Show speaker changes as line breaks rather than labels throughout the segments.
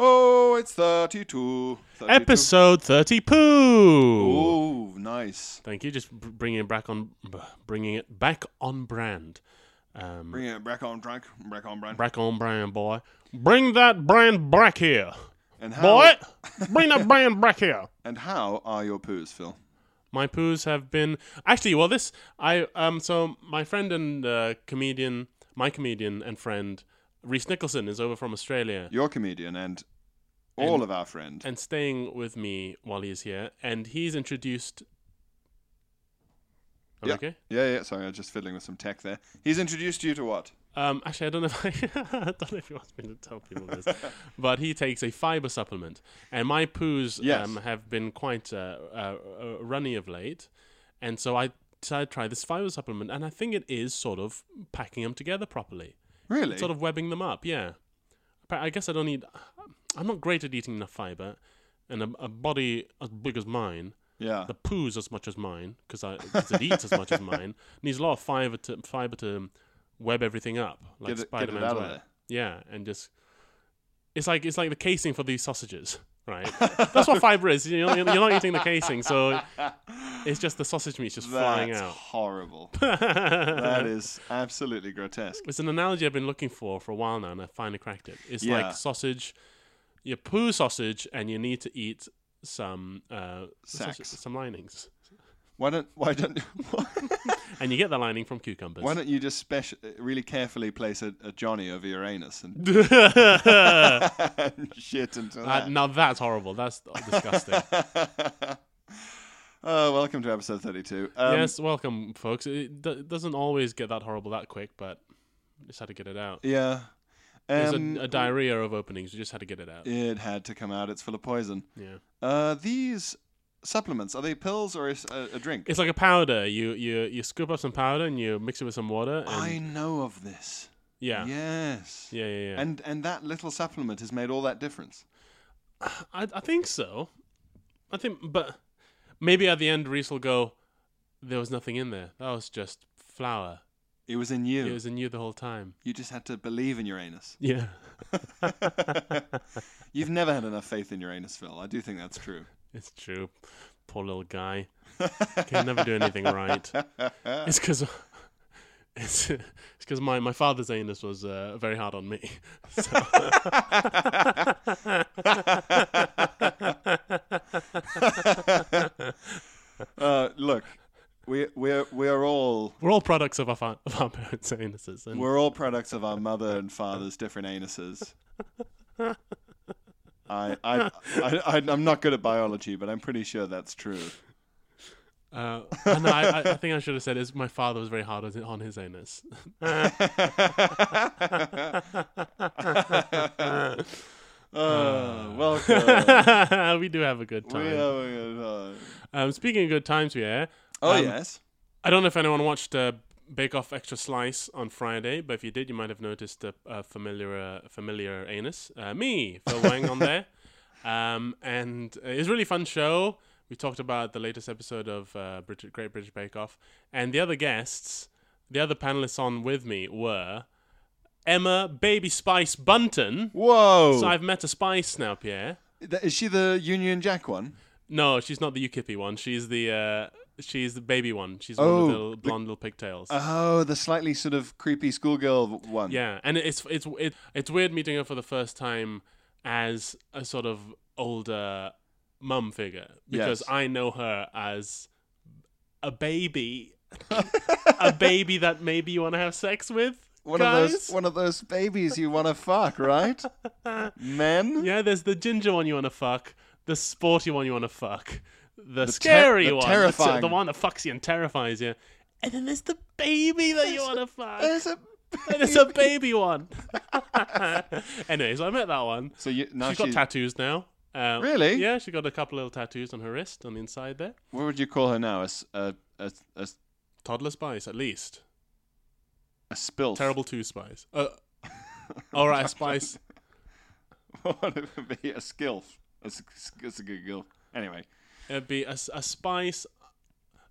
Oh, it's 32. 32.
Episode 30 poo.
Ooh, nice.
Thank you. Just br- bringing it back on b- bringing it back on brand. Um
Bring it back on, Drank. Back on, Brian.
back on brand boy. Bring that brand back here.
And how,
Boy, bring that brand back here.
And how are your poos, Phil?
My poos have been actually well. This I um so my friend and uh, comedian, my comedian and friend Reese Nicholson is over from Australia
Your comedian and all
And-
of our friend.
and staying with me while he is here, and he's introduced. I'm
yeah.
Okay.
Yeah, yeah. Sorry, I was just fiddling with some tech there. He's introduced you to what?
Um, actually, I don't know if I, I don't know if he wants me to tell people this, but he takes a fiber supplement, and my poos
Yes.
um, have been quite uh, uh, uh, runny of late, and so I decided to try this fiber supplement, and I think it is sort of packing them together properly,
Really?
sort of webbing them up. Yeah, But I guess I don't need. I'm not great at eating enough fiber, and a, a body as big as mine
yeah.
the poos as much as mine because it eats as much as mine. Needs a lot of fiber to fiber to web everything up like
Get it- get it
Spider-Man's
out of
web.
there.
Yeah, and just it's like it's like the casing for these sausages, right? That's what fiber is. You're, you're not eating the casing, so it's just the sausage meat's just flying
That's
out.
horrible. that is absolutely grotesque.
It's an analogy I've been looking for for a while now, and I finally cracked it. It's
Yeah.
like sausage, your poo sausage, and you need to eat some uh, sausage-
Sacks.
some linings,
Why don't why don't
and you get the lining from cucumbers.
why don't you just special really carefully place a, a Johnny over your anus and
uh,
shit into that?
now that's horrible. That's
Um,
disgusting.
Oh, Uh, welcome to episode 32. Um,
yes, welcome, folks. It d- doesn't always get that horrible that quick, but just had to get it out.
Yeah.
There's
Um,
a, a diarrhea of openings. You just had to get it out.
It had to come out. It's full of poison.
Yeah.
Uh, these supplements are they pills or is a, a drink?
It's like a powder. You you you scoop up some powder and you mix it with some water. And
I know of this.
yeah. yeah.
Yes.
Yeah, yeah,
And and that little supplement has made all that difference.
I, I think so. I think, but maybe at the end, Reese will go, there was nothing in there. That was just flour.
It was in you.
It was in you the whole time.
you just had to believe in your anus.
Yeah.
You've never had enough faith in your anus, Phil. I do think that's true.
It's true. Poor little guy. Can never do anything right. It's because it's because my, my father's anus was uh, very hard on me. So.
Uh, look, we we're we're all
We're all products of our, fa- of our parents' anuses. And
We're all products of our mother and father's different anuses. I, I, I, I, I'm not good at biology, but I'm pretty sure that's true.
uh, and I, I- I think I should have said is my father was very hard on- on his anus. Ah.
Uh, welcome.
we do have a good
We
time.
have a good time.
Um, speaking of good times, we yeah.
Oh,
um,
yes.
I don't know if anyone watched uh, Bake Off Extra Slice on Friday, but if you did, you might have noticed a, a familiar uh, familiar anus. Uh, me, Phil Wang, on there. Um, and it was a really fun show. We talked about the latest episode of uh, Brit- Great British Bake Off. And the other guests, the other panelists on with me were Emma Baby Spice Bunton.
Whoa.
So I've met a spice now, Pierre.
Th- Is she the Union Jack one?
No, she's not the UKIP one. She's the uh, she's the baby one. She's one
Oh,
with the little
the-
blonde little pigtails.
Oh, the slightly sort of creepy schoolgirl one.
Yeah, and it's it's it, it's weird meeting her for the first time as a sort of older mum figure because
Yes.
I know her as a baby, a baby that maybe you want to have sex with.
One of
guys.
those one of those babies you want to fuck, right? Men?
yeah, there's the ginger one you want to fuck, the sporty one you want to fuck, the,
ter-
scary
the
one, the-
terrifying.
the one that fucks you and terrifies you, and then there's the baby that you want to fuck.
There's a
And it's a baby one. Anyways, I met that one.
So you, now
she's got
she-
tattoos now. Uh,
Really?
Yeah, she got a couple little tattoos on her wrist on the inside there.
What would you call her now? A s- a a a,
Toddler spice, at least.
a spilf.
Terrible two spice. Uh, all right, spice.
what it would be? A skilf. That's a, that's a good girl. Anyway,
It'd be a, s- a spice.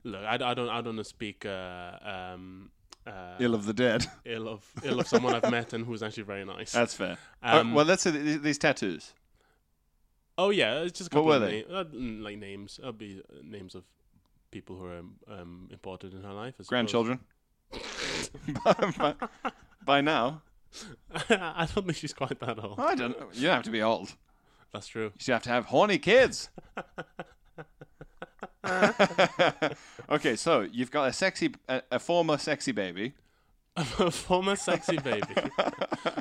Look, I, I don't I don't wanna speak uh, um, uh,
ill of the dead.
ill of ill of someone I've met and who's actually very nice.
That's fair.
Um,
oh, well, let's say th- th- these tattoos.
Oh yeah, it's just a
What
couple
were
of
they?
na- uh, mm, like names. That'd be uh, names of people who are um, um, important in her life. I suppose.
Grandchildren. by, by- by now,
I don't think she's quite that old.
I don't. know. You don't have to be old.
That's true.
You just have to have horny kids. okay, so you've got a sexy, a, a former sexy baby.
a former sexy baby,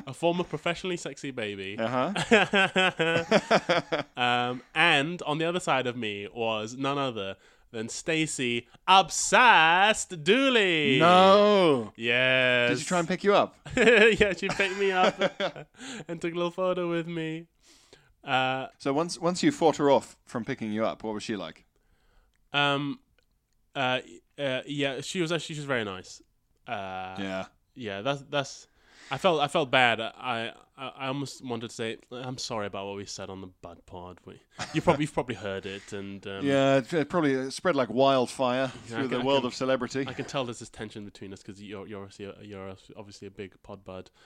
a former professionally sexy baby.
Uh huh. Uh-huh.
um, and on the other side of me was none other than Stacy Obsessed Dooley.
No.
Yes.
Did she try and pick you up?
yeah, she picked me up and took a little photo with me. Uh,
So once once you fought her off from picking you up, what was she like?
um, uh, uh, yeah, she was actually she was very nice. Uh,
yeah.
yeah, that's that's. I felt I felt bad. I, I I almost wanted to say I'm sorry about what we said on the bad pod. We you probably you've probably heard it, and um,
Yeah, it, it probably uh, spread like wildfire through
I
the
can- I
world
can-
of celebrity.
I can tell there's this tension between us because you're you're obviously a, you're obviously a big pod bud.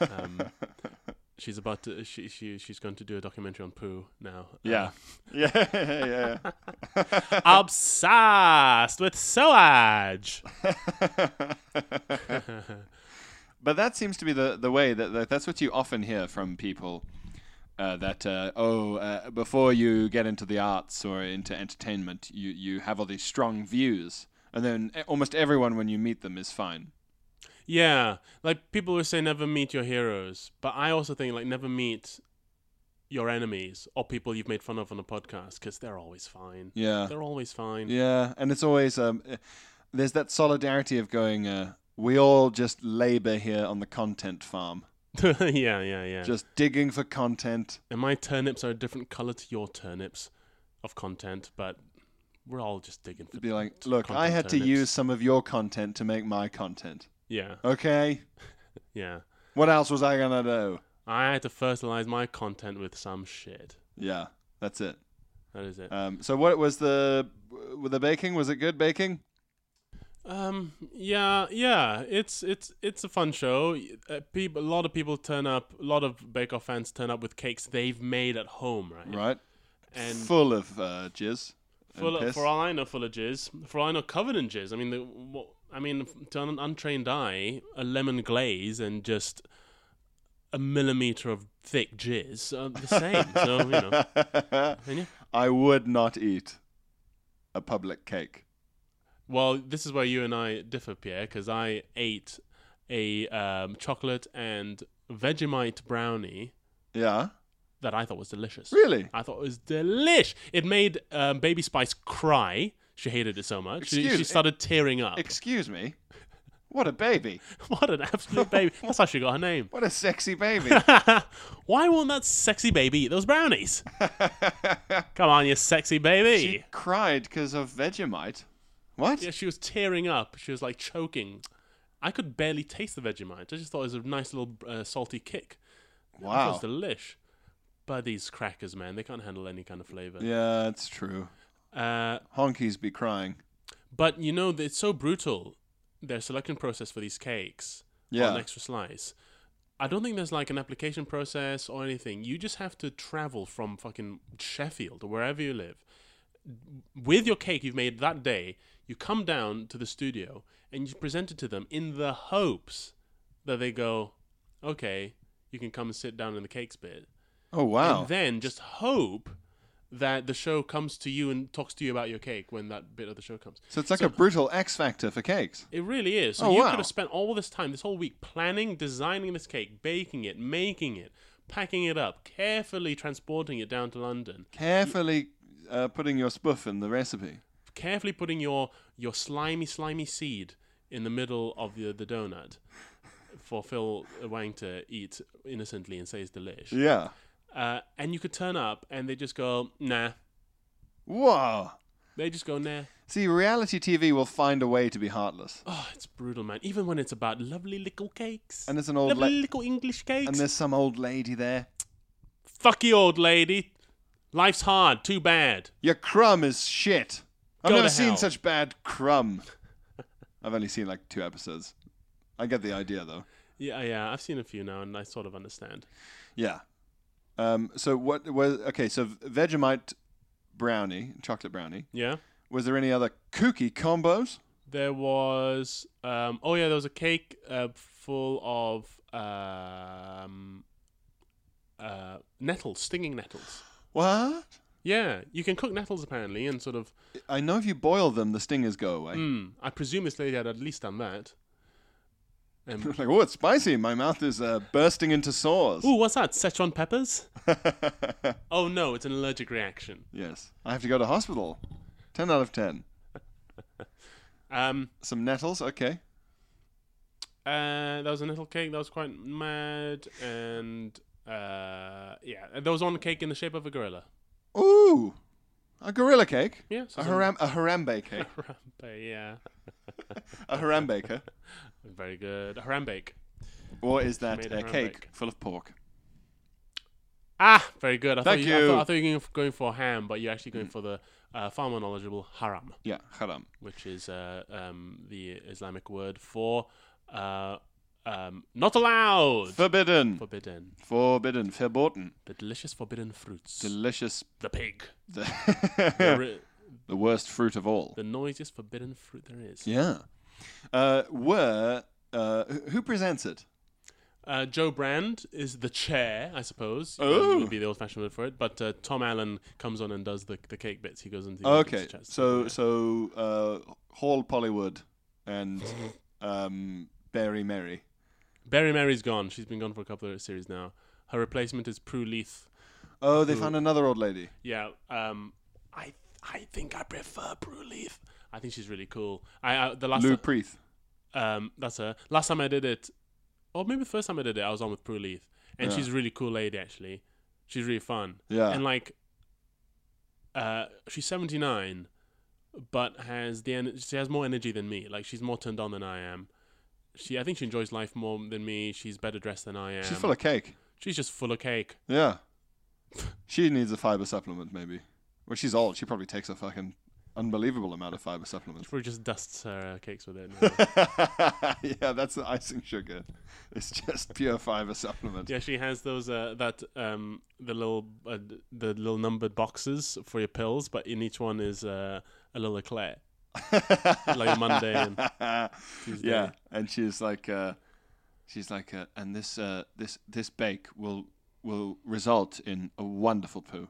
Um, she's about to she, she she's going to do a documentary on poo now.
yeah. yeah. Yeah. yeah.
Uh, obsessed with soage.
But that seems to be the, the way that, that that's what you often hear from people uh, that uh, oh uh, before you get into the arts or into entertainment you you have all these strong views and then a- almost everyone when you meet them is fine.
Yeah, like people would say never meet your heroes, but I also think like never meet your enemies or people you've made fun of on a podcast because they're always fine.
Yeah.
They're always fine.
Yeah, and it's always um, uh, there's that solidarity of going uh, we all just labor here on the content farm,
yeah, yeah, yeah.
just digging for content.
and my turnips are a different color to your turnips of content, but we're all just digging for
Be like, look, I
content
had to
turnips."
use some of your content to make my content.
Yeah,
Okay.
yeah.
What else was I gonna do?
I had to fertilize my content with some shit.
Yeah, that's it.
That is it.
Um, so what was the w- the baking? Was it good baking?
Um. Yeah. Yeah. It's it's it's a fun show. Uh, people, a lot of people turn up. A lot of Bake Off fans turn up with cakes they've made at home, right?
Right,
And
full of uh, jizz. and
full of,
piss.
for all I know, full of jizz. For all I know, covered in jizz. I mean, the, wha- I mean, f- to an untrained eye, a lemon glaze and just a millimeter of thick jizz are the same. so you know, and yeah.
I would not eat a public cake.
Well, this is where you and I differ, Pierre, because I ate a um, chocolate and Vegemite brownie.
Yeah,
that I thought was delicious.
Really?
I thought it was delish. It made um, Baby Spice cry. She hated it so much. She,
Excuse-
she started tearing up.
Excuse me. What a baby.
what an absolute baby. That's how she got her name.
What a sexy baby.
Why won't that sexy baby eat those brownies? Come on, you sexy baby.
she cried because of Vegemite. What?
yeah, she was tearing up. She was like choking. I could barely taste the Vegemite. I just thought it was a nice little uh, salty kick. It
wow.
was delish. But these crackers, man, they can't handle any kind of flavor.
Yeah, it's true.
Uh,
Honkies be crying.
But you know, it's so brutal. Their selection process for these cakes
Yeah.
on extra slice. I don't think there's like an application process or anything. You just have to travel from fucking Sheffield or wherever you live with your cake you've made that day. You come down to the studio and you present it to them in the hopes that they go, okay, you can come and sit down in the cakes bit.
Oh wow.
And then just hope that the show comes to you and talks to you about your cake when that bit of the show comes.
so it's like a brutal X factor for cakes.
It really is. So
Oh,
you
wow.
could have spent all this time, this whole week, planning, designing this cake, baking it, making it, packing it up, carefully transporting it down to London,
Carefully uh, putting your spoof in the recipe.
carefully putting your your slimy, slimy seed in the middle of the the donut, for Phil Wang to eat innocently and say it's delish.
Yeah.
Uh, and you could turn up and they just go, nah.
Whoa.
They just go, nah.
See, reality TV will find a way to be heartless.
Oh, it's brutal, man. Even when it's about lovely little cakes.
And there's an old
Lovely
la-
little English cakes.
And there's some old lady there.
Fuck you, old lady. Life's hard. Too bad.
Your crumb is shit. I've
Go
never
to
seen
hell.
such bad crumb. I've only seen like two episodes. I get the idea though.
Yeah, yeah. I've seen a few now and I sort of understand.
Yeah. Um, so what was okay? So Vegemite brownie, chocolate brownie.
Yeah.
Was there any other kooky combos?
There was, um, oh yeah, there was a cake uh, full of um, uh, nettles, stinging nettles.
What?
Yeah, you can cook nettles apparently, and sort of,
I know if you boil them, the stingers go away.
mm, I presume this lady had at least done that. And
like, oh, it's spicy. My mouth is uh, bursting into sores.
ooh, what's that? Szechuan peppers? oh no, it's an allergic reaction.
Yes. I have to go to hospital. 10 out of 10.
Um,
Some nettles, okay.
Uh, there was a little cake that was quite mad, and uh, yeah, there was one cake in the shape of a gorilla.
Ooh! A gorilla cake?
Yeah, so
a,
some-
haram- a harambe cake.
Harambe, yeah,
a harambaker.
very good. Harambe.
Or is that
made
a
harambe.
cake full of pork?
Ah, very good. I
Thank
thought you, I
you. Mm.
thought, I thought you were going for ham, but you're actually going for the uh, far more knowledgeable haram,
Yeah, haram.
which is uh, um, the Islamic word for uh, um, not allowed,
Forbidden.
forbidden,
Forbidden. Verboten.
the delicious forbidden fruits,
Delicious.
the pig, the,
The,
ri-
the worst fruit of all.
the noisiest forbidden fruit there is.
Yeah. Uh, were. Uh, who- who presents it?
Uh, Joe Brand is the chair, I suppose. um,
Oh.
would be the old-fashioned word for it. But uh, Tom Allen comes on and does the, the cake bits. He goes into the
Okay,
audience chats.
so so uh, Hall Pollywood and um, Barry Merry.
Barry Mary's gone. She's been gone for a couple of series now. Her replacement is Prue Leith.
Oh, they found another old lady.
Yeah, um, I I think I prefer Prue Leith. I think she's really cool. I uh, the last
Lou Preeth.
um that's her. Last time I did it, or maybe the first time I did it, I was on with Prue Leith, and
Yeah.
she's a really cool lady actually. She's really fun.
Yeah.
and like uh she's 79 but has the en- she has more energy than me like she's more turned on than i am she i think she enjoys life more than me she's better dressed than i am
She's full of cake.
she's just full of cake
Yeah. she needs a fiber supplement, maybe. Well, she's old. She probably takes a fucking unbelievable amount of fiber supplements.
probably just dusts her uh, cakes with it
yeah, that's the icing sugar. It's just pure fiber supplement.
yeah she has those uh that um the little uh, d- the little numbered boxes for your pills but in each one is uh a little eclair like monday and
yeah, and she's like, uh, she's like, uh, and this uh, this this bake will will result in a wonderful poo.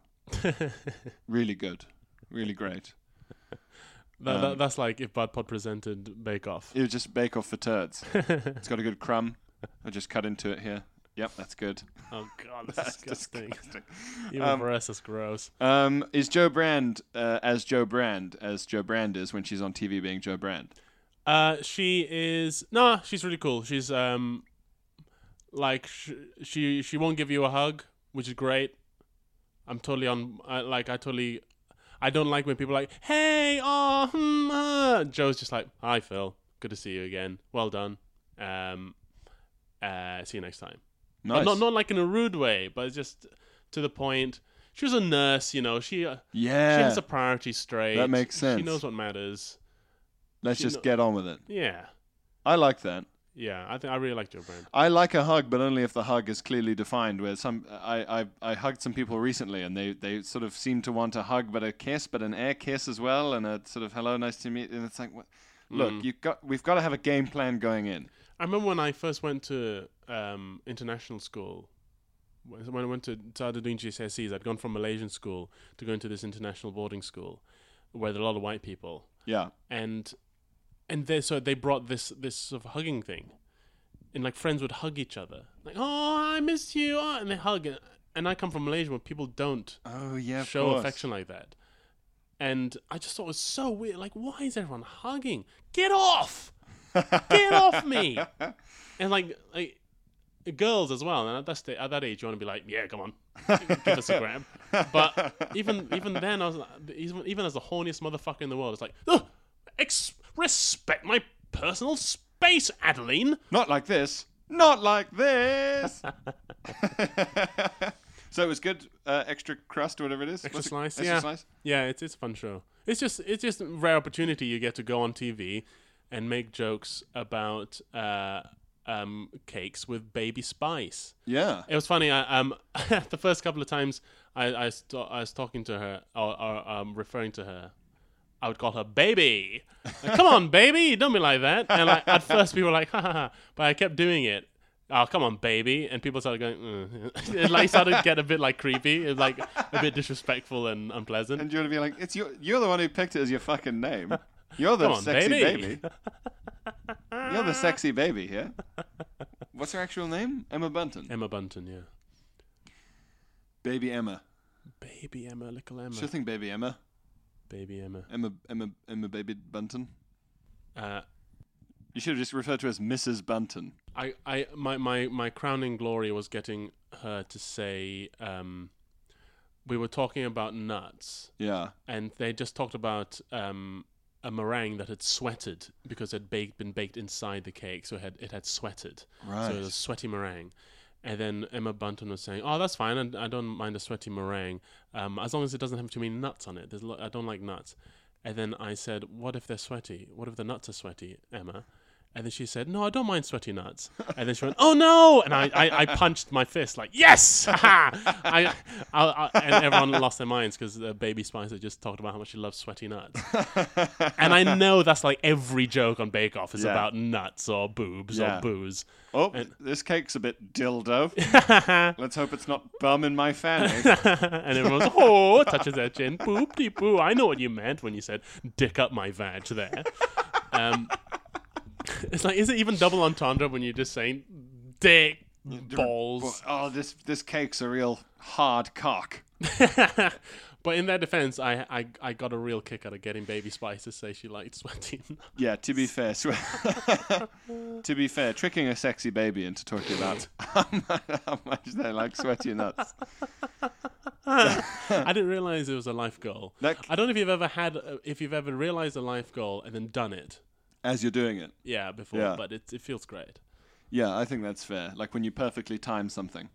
really good, really great.
that, that, that's like if bad pod presented bake off
It was just bake off for turds. it's got a good crumb. I just cut into it here. Yep, that's good.
oh god that's,
That's
disgusting
disgusting.
Even for us, that's gross.
Um, is Joe Brand uh, as Joe Brand as Joe Brand is when she's on TV being Joe Brand?
Uh, she is nah. She's really cool. She's um, like sh- she she won't give you a hug, which is great. I'm totally on. I, like I totally, I don't like when people are like, hey, oh, hmm, uh." Joe's just like, hi Phil, good to see you again. Well done. Um, uh, see you next time. But
Nice.
Not not like in a rude way, but just to the point. She was a nurse, you know. She uh,
yeah.
She has her priorities straight.
That makes sense.
She knows what matters.
Let's
she
just
kno-
get on with it.
Yeah.
I like that.
Yeah. I think I really like Joe Brand.
I like a hug, but only if the hug is clearly defined. Where some, I, I, I hugged some people recently, and they, they sort of seem to want a hug, but a kiss, but an air kiss as well, and a sort of hello, nice to meet. And it's like, what? look,
Mm.
you got, we've got to have a game plan going in.
I remember when I first went to um, international school. When when I went to started doing GCSEs, I'd gone from Malaysian school to going to this international boarding school, where there are a lot of white people,
Yeah,
and and they so they brought this this sort of hugging thing, and like friends would hug each other, like oh I miss you, oh, and they hug, and I come from Malaysia where people don't
Oh yeah, of
show
course.
affection like that. And I just thought it was so weird. Like, why is everyone hugging? Get off! get off me and like like girls as well and at that, sta- at that age you want to be like yeah come on give us a grab but even even then I was like, even, even as the horniest motherfucker in the world it's like Ugh, ex- respect my personal space Adeline
Not like this. Not like this. so it was good. Uh, extra crust, whatever it is.
Extra
What's it-
Slice.
Extra
yeah,
slice.
yeah, it's it's a fun show. It's just it's just a rare opportunity you get to go on TV and make jokes about uh, um, cakes with baby spice.
Yeah.
It was funny. I, um, the first couple of times I I, st- I was talking to her or, or um, referring to her, I would call her baby. Like, Come on, baby, don't be like that. And like, at first people were like, ha ha ha, but I kept doing it. Oh, come on, baby! And people started going. Mm. it like started to get a bit like creepy. It was like a bit disrespectful and unpleasant.
And you want to be like, it's your, you're the one who picked it as your fucking name. You're the
Come on,
sexy
baby.
baby. You're the sexy baby here. What's her actual name? Emma Bunton.
Emma Bunton, yeah,
baby Emma.
baby Emma, little Emma,
Sure thing, baby Emma.
baby Emma.
Emma, Emma, Emma, baby Bunton.
Uh,
You should have just referred to her as Mrs. Bunton.
I, I my, my, my crowning glory was getting her to say um, we were talking about nuts
Yeah.
and they just talked about um, a meringue that had sweated because it had baked, been baked inside the cake so it had, it had sweated so it
Right.
was a sweaty meringue and then Emma Bunton was saying, "Oh, that's fine. and I don't mind a sweaty meringue, um, as long as it doesn't have too many nuts on it. There's lo- I don't like nuts." And then I said, "What if they're sweaty? What if the nuts are sweaty, Emma?" And then she said, "No, I don't mind sweaty nuts." And then she went, "Oh no!" And I, I, I punched my fist like, "Yes!" Ha ha! I, I, I, and everyone lost their minds because uh, Baby Spice had just talked about how much she loves sweaty nuts. and I know that's like every joke on Bake Off is
Yeah.
about nuts or boobs
Yeah.
or booze.
Oh, this cake's a bit dildo. Let's hope it's not bum in my fanny.
and everyone's oh touches their chin boop de boo i know what you meant when you said dick up my vag there um, it's like is it even double entendre when you're just saying dick balls
oh, this this cake's a real hard cock.
but in their defense I, I i got a real kick out of getting baby spice to say she liked sweating
Yeah, to be fair, swe- to be fair, tricking a sexy baby into talking about how mu- how much they like sweaty nuts.
i didn't realize it was a life goal
That-
i don't know if you've ever had uh, if you've ever realized a life goal and then done it
As you're doing it,
yeah before
Yeah.
but it, it feels great
yeah, I think that's fair. Like when you perfectly time something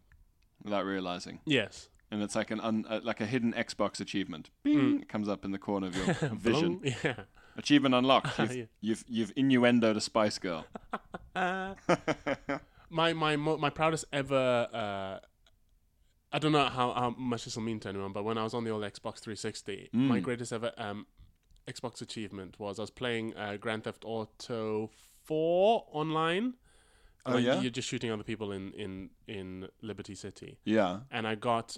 without realizing,
yes
and it's like an un, uh, like a hidden Xbox achievement. Bing, it comes up in the corner of your vision.
Hmm. Blow- Oh, yeah
Achievement unlocked. You've,
Yeah.
you've you've innuendoed a Spice Girl.
my my mo- my proudest ever. Uh, I don't know how, how much this will mean to anyone, but when I was on the old Xbox 360,
Mm.
my greatest ever um, Xbox achievement was I was playing uh, Grand Theft Auto 4 online.
Oh,
Like,
yeah?
you're just shooting other people in in in Liberty City,
Yeah.
and I got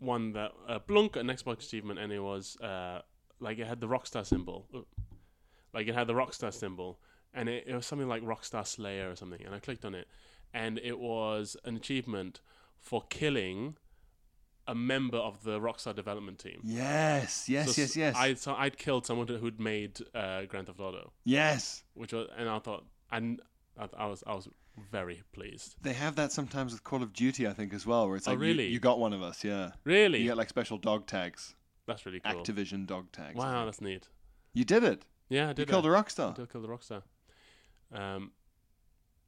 one that uh, Blunk an Xbox achievement, and it was uh, like it had the Rockstar symbol, like it had the Rockstar symbol, and it, it was something like Rockstar Slayer or something. And I clicked on it, and it was an achievement for killing a member of the Rockstar development team.
Yes. Yes.
So
yes. Yes.
I so I'd killed someone who'd made uh, Grand Theft Auto,
yes.
which was, and I thought, and I, I was I was very pleased.
They have that sometimes with Call of Duty, I think, as well, where it's
Oh,
like you-
really?
you, got one of us, yeah.
Really,
You get like special dog tags,
that's really cool.
Activision dog tags.
Wow, that's neat.
You did it.
Yeah, I did
You killed
that.
a rock star.
Did kill the Rockstar. Um,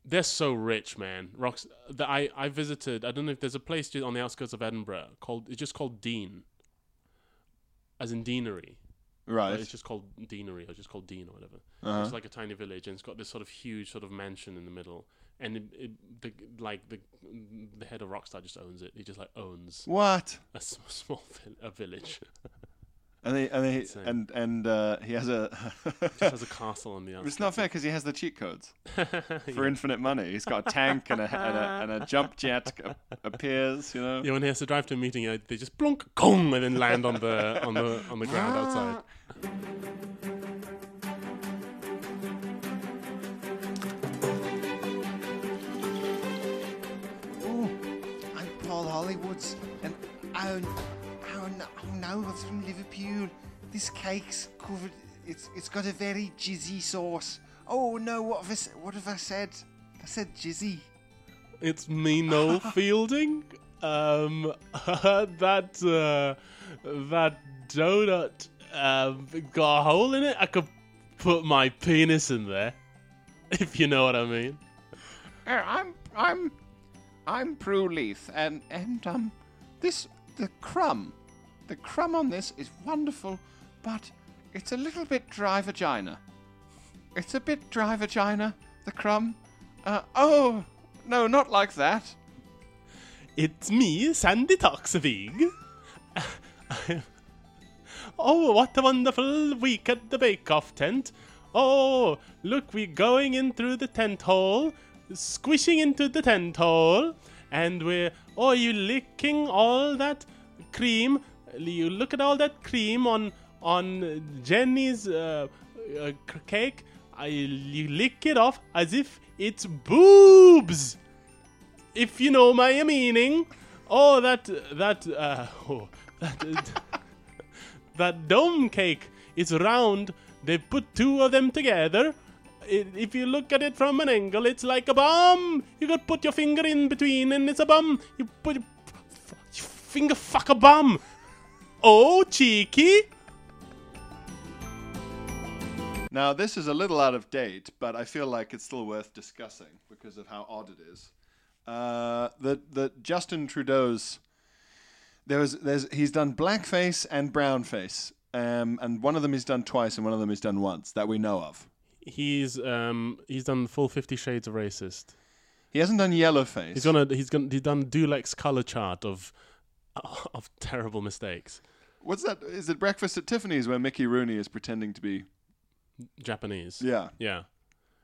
they're so rich, man. Rocks. The, I I visited. I don't know if there's a place ju- on the outskirts of Edinburgh called. It's just called Dean. As in Deanery.
Right.
But It's just called Deanery, or just called Dean, or whatever.
Uh-huh.
It's like a tiny village, and it's got this sort of huge sort of mansion in the middle. And it, it, the, like the the head of Rockstar just owns it. He just like owns
What?
a s- small vill- a village.
And they, and they,
Insane.
and and uh, he has a.
just has a castle on the outskirts.
it's not fair because he has the cheat codes for infinite money. He's got a tank and a and a, and a jump jet a- appears. You know.
Yeah, when he has to drive to a meeting, uh, they just plonk, gong, and then land on the on the on the ground outside.
I'm Paul Hollywoods, and I own, I own, I'm now from Liverpool. This cake's covered. It's it's got a very jizzy sauce Oh no, what have I, s- what have I said? I said jizzy.
It's me, Noel Fielding. Um, that uh, that donut um, got a hole in it. I could put my penis in there, if you know what I mean.
Uh, I'm I'm I'm Prue Leith, and and um, this the crumb, the crumb on this is wonderful, but it's a little bit dry vagina. It's a bit dry vagina. The crumb. Uh, oh no, not like that.
It's me, Sandy Toxvig. oh, what a wonderful week at the Bake Off tent. Oh, look, we're going in through the tent hole, squishing into the tent hole, and we're. Oh, you licking all that cream. You look at all that cream on on Jenny's uh, uh, c- cake. I, you lick it off as if it's boobs if you know my meaning. Oh, that that uh, oh, that that dome cake is round. They put two of them together. I- If you look at it from an angle, it's like a bomb. You could put your finger in between, and it's a bomb. You put your f- f- finger fuck a bomb. Oh, cheeky.
Now this is a little out of date, but I feel like it's still worth discussing because of how odd it is. Uh, the the Justin Trudeau's there was there's he's done blackface and brownface, um, and one of them he's done twice and one of them he's done once that we know of.
He's um he's done the full Fifty Shades of racist.
He hasn't done yellowface.
He's gonna he's gonna he's done Dulex's color chart of of terrible mistakes.
What's that? Is it Breakfast at Tiffany's where Mickey Rooney is pretending to be?
Japanese.
Yeah,
Yeah.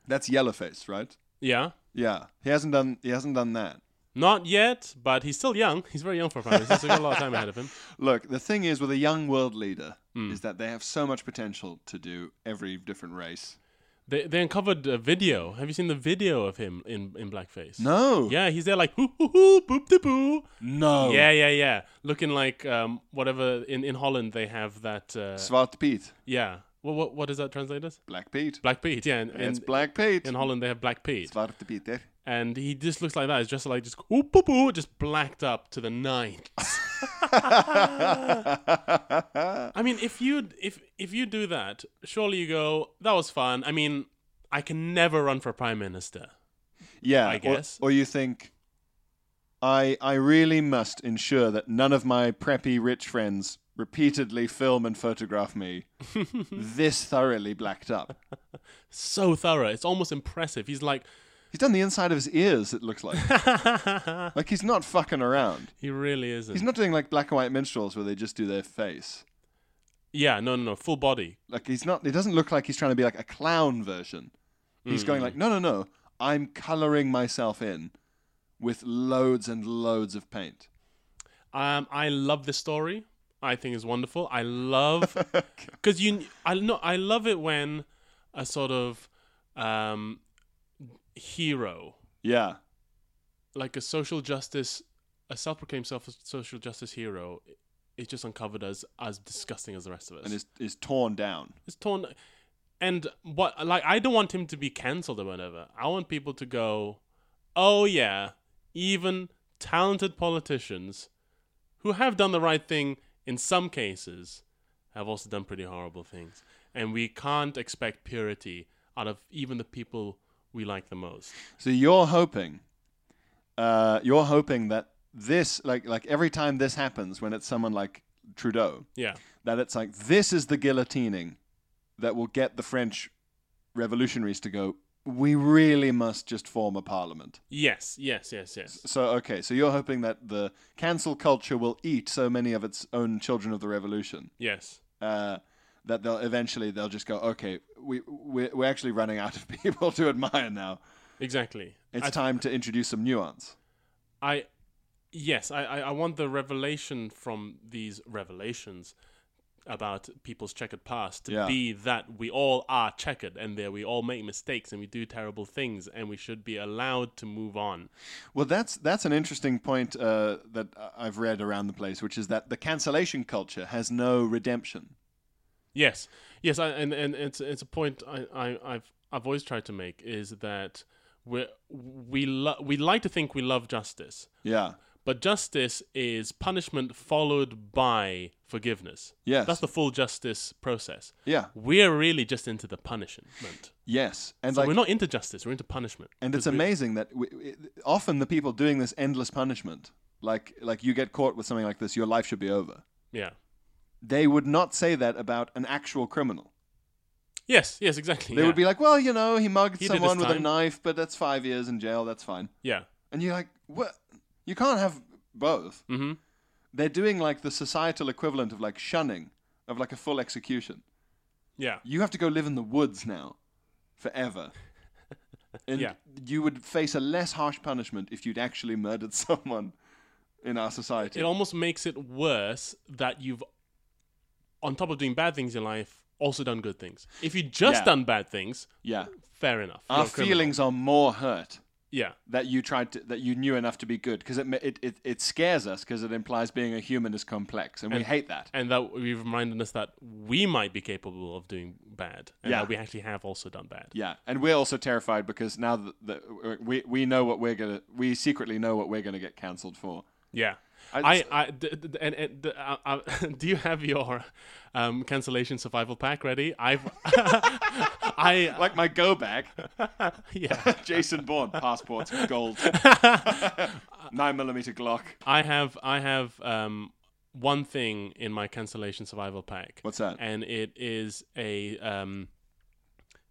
that's yellowface, right?
Yeah.
Yeah, he hasn't done he hasn't done that.
Not yet, but he's still young. He's very young for a prime minister. so He's got a lot of time ahead of him.
Look, the thing is with a young world leader
Hmm.
is that they have so much potential to do every different race.
They, they uncovered a video. Have you seen the video of him in, in blackface?
No.
Yeah, he's there like hoo hoo hoo boop de boo.
No.
Yeah, yeah, yeah. Looking like um whatever in, in Holland they have that uh,
Svart Pete.
yeah. What what what does that translate as?
Black Pete.
Black Pete. Yeah, in, in,
it's Black Pete. eh?
in Holland they have Black Pete,
Svart Peter.
and he just looks like that. He's just like just hoo boo boo, just blacked up to the nines. I mean, if you if if you do that, surely you go. That was fun. I mean, I can never run for prime minister.
yeah.
I
or-
guess.
Or, you think, I I really must ensure that none of my preppy rich friends repeatedly film and photograph me this thoroughly blacked up.
So thorough, it's almost impressive. He's like,
He's done the inside of his ears, it looks like. like he's not fucking around.
he really isn't.
He's not doing like black and white minstrels where they just do their face.
yeah, no, no, no, full body.
like he's not it doesn't look like he's trying to be like a clown version he's going like no no no i'm coloring myself in with loads and loads of paint
Um, I love this story. I think it's wonderful. I love because you. I know. I love it when a sort of um, hero
yeah
like a social justice, a self-proclaimed self social justice hero, i- is just uncovered as as disgusting as the rest of us.
and is is torn down
it's torn, and what like I don't want him to be cancelled or whatever. I want people to go, oh yeah, even talented politicians, who have done the right thing in some cases, have also done pretty horrible things, and we can't expect purity out of even the people we like the most.
so you're hoping uh you're hoping that this like like every time this happens when it's someone like trudeau
Yeah.
that it's like this is the guillotining that will get the french revolutionaries to go we really must just form a parliament
Yes. Yes. Yes. Yes.
So okay, so you're hoping that the cancel culture will eat so many of its own children of the revolution
Yes.
uh, that they'll eventually they'll just go, okay, we we're, we're actually running out of people to admire now.
Exactly.
It's
I,
time to introduce some nuance.
I, yes, I, I, I want the revelation from these revelations about people's checkered past to
Yeah.
be that we all are checkered and there we all make mistakes and we do terrible things and we should be allowed to move on.
Well, that's that's an interesting point uh, that I've read around the place, which is that the cancellation culture has no redemption.
Yes, yes, I, and and it's it's a point I, I I've I've always tried to make is that we we lo- we like to think we love justice,
Yeah.
but justice is punishment followed by forgiveness.
Yes.
that's the full justice process.
Yeah.
we're really just into the punishment.
Yes. And
So
like
we're not into justice; we're into punishment.
and it's
'Cause we-
amazing that we, it, often the people doing this endless punishment, like like you get caught with something like this, your life should be over.
Yeah.
They would not say that about an actual criminal.
Yes. Yes. Exactly.
They
yeah.
would be like, "Well, you know, he mugged
He did his
someone with a
time.
knife, but that's 5 years in jail, that's fine."
Yeah.
And you're like, "What? You can't have both."
Mm-hmm.
They're doing like the societal equivalent of like shunning of like a full execution.
Yeah.
You have to go live in the woods now forever. And
Yeah.
you would face a less harsh punishment if you'd actually murdered someone in our society.
It almost makes it worse that you've, on top of doing bad things in life, also done good things. If you just
Yeah.
done bad things,
yeah.
fair enough.
Our
You're a criminal.
feelings are more hurt
Yeah.
that you tried to, that you knew enough to be good because it, ma- it it it scares us because it implies being a human is complex and, we
And-
hate that.
And that you've reminded us that we might be capable of doing bad, and
Yeah.
that we actually have also done bad.
Yeah, and we're also terrified because now that the, we we know what we're gonna we secretly know what we're gonna get cancelled for.
Yeah.
I-
I, I, d- d- and, and d- I, I- do you have your um, cancellation survival pack ready? I've, I,
Like my go bag,
yeah,
Jason Bourne passports gold, nine millimeter Glock.
I have, I have um, one thing in my cancellation survival pack.
What's that?
And it is a um,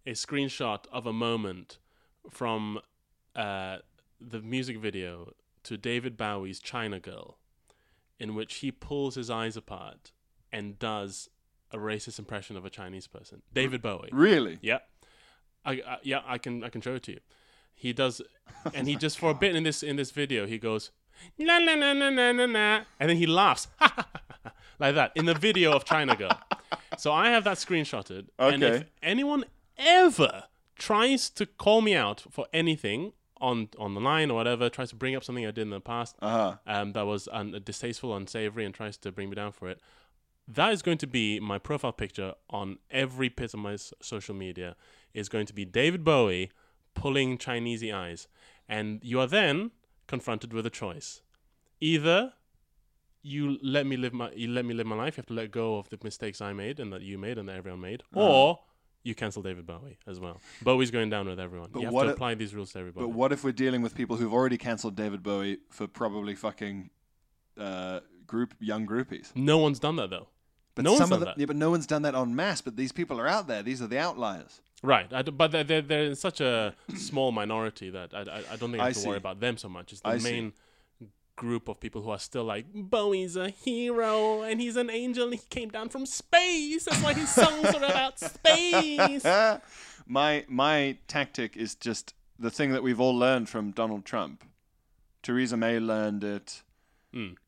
a screenshot of a moment from uh, the music video to David Bowie's China Girl, in which he pulls his eyes apart and does a racist impression of a Chinese person. David Bowie.
Really?
Yeah, I, I yeah I can I can show it to you. He does, and he just for a bit in this in this video he goes la la la la la la la, and then he laughs like that in the video of China Girl. So I have that screenshotted, and if
Okay.
anyone ever tries to call me out for anything on on the line or whatever, tries to bring up something I did in the past
Uh-huh.
um, that was un- distasteful, unsavory, and tries to bring me down for it. That is going to be my profile picture on every bit of my s- social media. Is going to be David Bowie pulling Chinesey eyes, and you are then confronted with a choice: either you let me live my you let me live my life, you have to let go of the mistakes I made and that you made and that everyone made,
Uh-huh.
or you cancel David Bowie as well. Bowie's going down with everyone. you have
what
to
if-
apply these rules to everybody.
But what if we're dealing with people who've already cancelled David Bowie for probably fucking uh, group young groupies?
no one's done that though.
But
no one's
some
done
of the,
that.
Yeah, but no one's done that en masse. But these people are out there. These are the outliers.
Right, I d but they're, they're, they're in such a small minority that I, I, I don't think I
I
have to
see.
worry about them so much. It's the
I see.
main group of people who are still like, Bowie's a hero and he's an angel and he came down from space. That's why his songs are about space.
my my tactic is just the thing that we've all learned from Donald Trump. Theresa May learned it.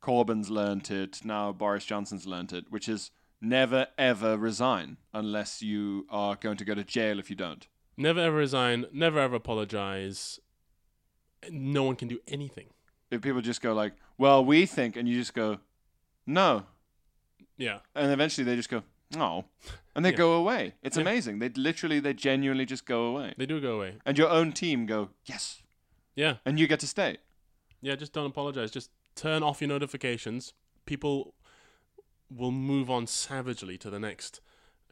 Corbyn's learned it. Now Boris Johnson's learned it, which is never ever resign unless you are going to go to jail if you don't.
Never ever resign, never ever apologize. No one can do anything.
If people just go like, "Well, we think," and you just go, "No,"
Yeah.
and eventually they just go, "No," and they go away. It's amazing. They literally, they genuinely just go away.
They do go away.
And your own team go, "Yes,"
Yeah.
and you get to stay.
Yeah, just don't apologize. Just turn off your notifications. People will move on savagely to the next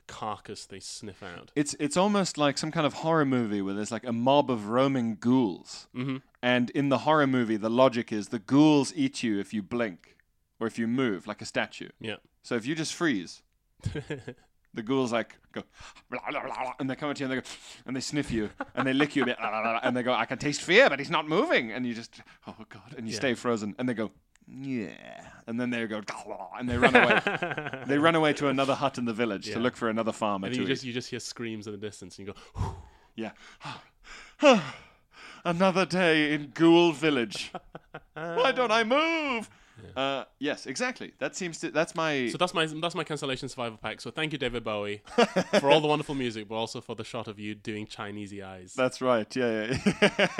carcass they sniff out.
It's it's almost like some kind of horror movie where there's like a mob of roaming ghouls, mm-hmm. and in the horror movie, the logic is the ghouls eat you if you blink or if you move like a statue.
Yeah.
So if you just freeze, the ghouls like go blah, blah, blah, blah, and they come at you and they go and they sniff you and they lick you a bit blah, blah, blah, and they go, I can taste fear, but he's not moving, and you just oh god, and you stay frozen, and they go yeah, and then they go blah, blah, blah, and they run away. they run away to another hut in the village to look for another farmer.
and
to
you
eat.
just you just hear screams in the distance and you go "Whew."
Yeah. Another day in Ghoul Village. Why don't I move? Uh, yes, exactly. That seems to. That's my.
so that's my that's my cancellation survival pack so thank you david bowie for all the wonderful music but also for the shot of you doing chinesey eyes
that's right. Yeah,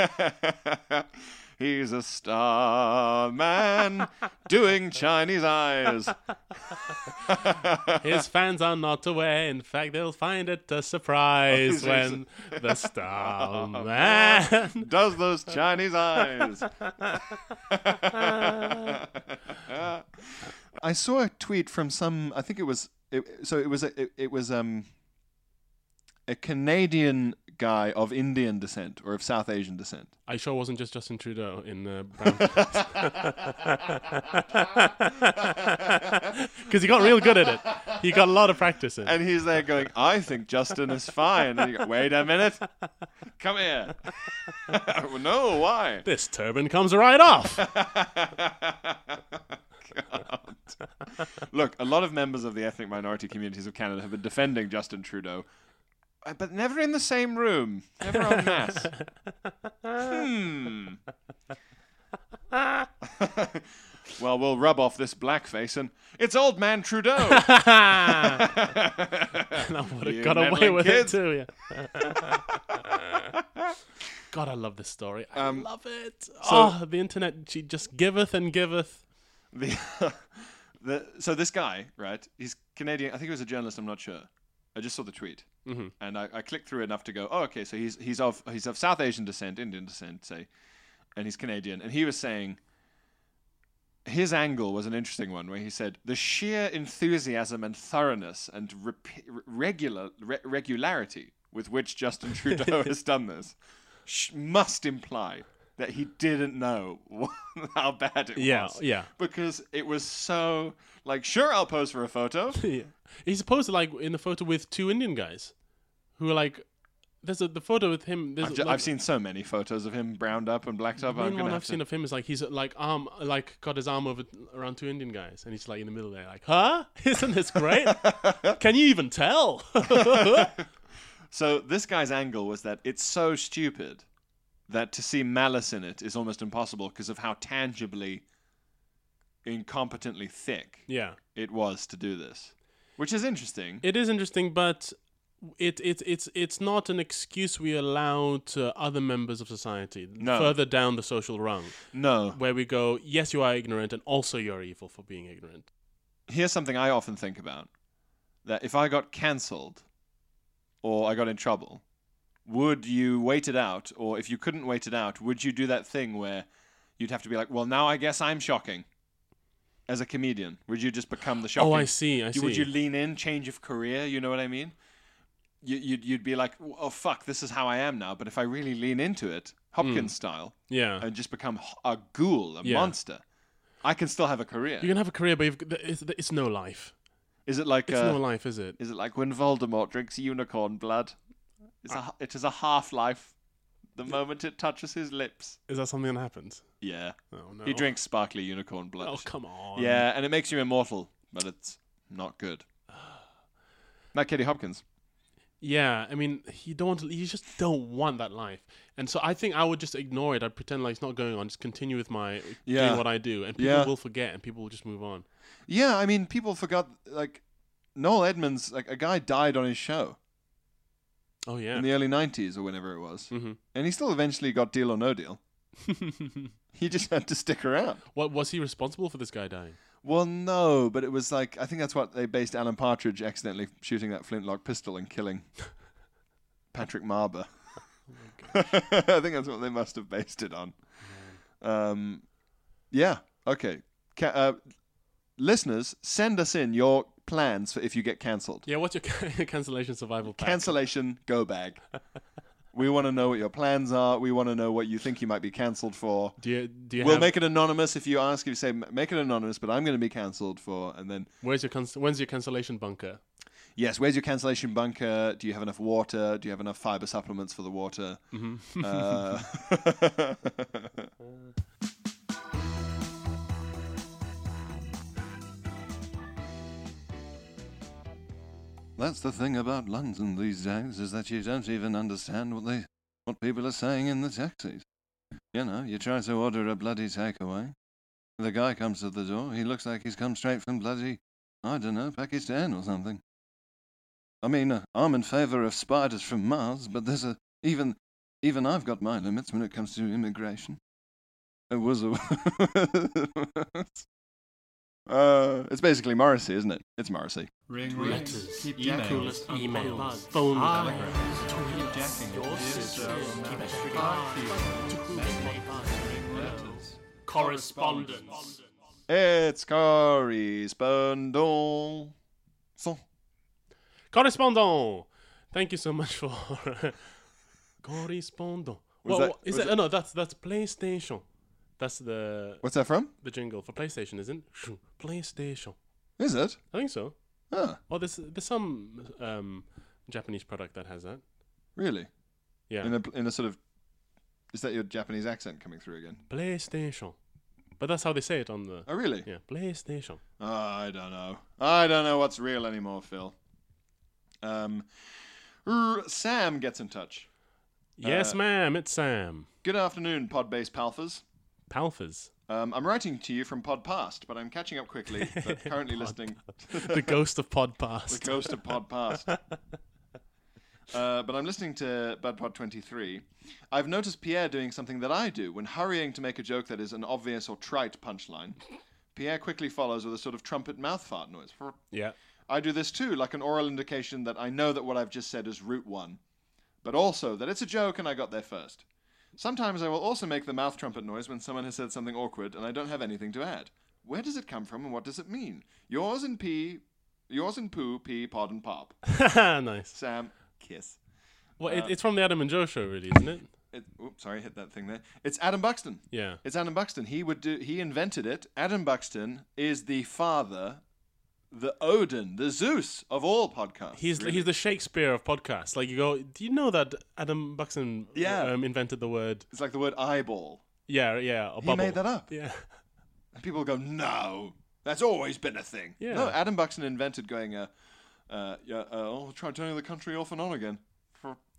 yeah. He's a star man doing Chinese eyes.
His fans are not aware. In fact, they'll find it a surprise when the star man.
Does those Chinese eyes. I saw a tweet from some. I think it was. It, so it was. A, it, it was um. A Canadian guy of Indian descent or of South Asian descent.
I sure wasn't just Justin Trudeau in uh, Brown. Because he got real good at it. He got a lot of practice in. it.
And he's there going, I think Justin is fine. And you go, Wait a minute. Come here. no, why?
this turban comes right off.
God. Look, a lot of members of the ethnic minority communities of Canada have been defending Justin Trudeau, uh, but never in the same room, never en masse. hmm. well, we'll rub off this blackface and it's old man Trudeau.
I would
You
have got away
meddling
with
kids.
it too. Yeah. God, I love this story. I
Um,
love it. oh, the internet, she just giveth and giveth.
the, the so this guy right he's canadian i think he was a journalist i'm not sure i just saw the tweet
Mm-hmm.
and I, I clicked through enough to go oh okay so he's he's of he's of south asian descent indian descent say and he's canadian and he was saying his angle was an interesting one where he said the sheer enthusiasm and thoroughness and rep- regular re- regularity with which Justin Trudeau has done this sh- must imply that he didn't know how bad it
Yeah,
was.
yeah.
Because it was so like, sure, I'll pose for a photo.
Yeah. He's supposed to like in the photo with two Indian guys, who are like, there's a the photo with him. There's
I've, ju-
like,
I've seen so many photos of him browned up and blacked up.
The
I'm
main
gonna
one
have
I've
to-
seen of him is like he's like arm like got his arm over around two Indian guys, and he's like in the middle there, like, huh? Isn't this great? Can you even tell?
So this guy's angle was that it's so stupid that to see malice in it is almost impossible because of how tangibly, incompetently thick
yeah.
it was to do this, which is interesting.
It is interesting, but it, it it's it's not an excuse we allow to other members of society
No.
further down the social rung,
no,
where we go, yes, you are ignorant, and also you're evil for being ignorant.
here's something I often think about: that if I got cancelled, or I got in trouble, would you wait it out, or if you couldn't wait it out, would you do that thing where you'd have to be like, "Well, now I guess I'm shocking." As a comedian, would you just become the shocking?
Oh, I see. I see.
You- Would you lean in, change of career? You know what I mean? You, you'd, you'd be like, oh, fuck, this is how I am now. But if I really lean into it, Hopkins style,
yeah.
and just become h- a ghoul, a
Hmm. Uh. Yeah.
monster, I can still have a career.
you can have a career, but you've, th- it's, it's no life.
is it like
It's
uh,
no life, is it?
is it like when Voldemort drinks unicorn blood? It's a, it is a half life. The moment it touches his lips,
Is that something that happens?
yeah,
Oh no.
he drinks sparkly unicorn blood.
Oh come on.
yeah, and it makes you immortal, but it's not good. Not Katie Hopkins.
Yeah, I mean, you don't want to, you just don't want that life. And so I think I would just ignore it. I'd pretend like it's not going on. Just continue with my
Yeah.
doing what I do, and people
Yeah.
will forget, and people will just move on.
Yeah, I mean, people forgot like Noel Edmonds, like a guy died on his show
Oh yeah.
in the early '90s or whenever it was, and he still eventually got Deal or No Deal. he just had to stick around.
Mm-hmm. What was he responsible for this guy dying?
Well, no, but it was like I think that's what they based Alan Partridge accidentally shooting that flintlock pistol and killing Patrick Marber.
Oh
I think that's what they must have based it on. Um, yeah. Okay. Ca- uh, listeners, send us in your plans for if you get cancelled.
Yeah, what's your ca- cancellation survival pack?
Cancellation go bag. we want to know what your plans are. We want to know what you think you might be cancelled for.
Do you do you
we'll
have,
make it anonymous if you ask. If you say "M- make it anonymous, but I'm going to be cancelled for, and then
Where's your cance- when's your cancellation bunker?
yes, where's your cancellation bunker? Do you have enough water? Do you have enough fiber supplements for the water? Uh,
That's the thing about London these days is that you don't even understand what they what people are saying in the taxis. You know, you try to order a bloody takeaway. The guy comes to the door, he looks like he's come straight from bloody I don't know, Pakistan or something. I mean, uh, I'm in favor of spiders from Mars, but there's a even even I've got my limits when it comes to immigration.
It was a. uh, it's basically Morrissey, isn't it? It's Morrissey.
Ring
Letters,
rings, keep jacking
emails,
it.
emails,
Unfold.
phone
Telegrams,
calls,
keep
tweets,
jacking it.
your
Yes,
sisters,
I will
keep it
manage to
alive.
guard you.
To
Many
cool
ring letters.
Correspondence.
It's correspondent. So,
Correspondent. Thank you so much for correspondent.
Was
Well,
that-
what- is
was
that,
that-
oh, no, that's that's PlayStation. That's the
what's that from?
the jingle for PlayStation, isn't? it? PlayStation.
Is it?
I think so.
Ah,
Oh, there's there's some um, Japanese product that has that.
really?
Yeah.
In a in a sort of. Is that your Japanese accent coming through again?
PlayStation. But that's how they say it on the
Oh, really?
yeah PlayStation.
Uh, Ah, I don't know. I don't know what's real anymore, Phil. Um, r- Sam gets in touch.
Yes,
Uh,
ma'am. It's Sam
Good afternoon, pod-based palfers.
Palfers,
Um, I'm writing to you from Pod Past, but I'm catching up quickly. But currently listening
the ghost of
the
Podpast.
ghost of Pod Past. Uh, but I'm listening to Bad Pod 23. I've noticed Pierre doing something that I do when hurrying to make a joke that is an obvious or trite punchline. Pierre quickly follows with a sort of trumpet mouth fart noise.
yeah.
I do this too, like an oral indication that I know that what I've just said is route one, but also that it's a joke and I got there first. Sometimes I will also make the mouth trumpet noise when someone has said something awkward and I don't have anything to add. Where does it come from and what does it mean? Yours and P, yours and poo, P, pod and pop.
nice.
Sam, kiss.
Well,
Uh,
it, it's from the Adam and Joe show, really, isn't it?
It, oops, sorry, hit that thing there. It's Adam Buxton.
Yeah.
It's Adam Buxton. He would do. He invented it. Adam Buxton is the father, the Odin, the Zeus of all podcasts.
He's
really.
he's the Shakespeare of podcasts. Like you go, do you know that Adam Buxton
Yeah.
um, invented the word?
It's like the word eyeball.
Yeah, yeah. A
He
bubble.
made that up.
Yeah.
And people go, no, that's always been a thing.
Yeah.
No, Adam Buxton invented going, uh, uh, yeah, uh, I'll try turning the country off and on again.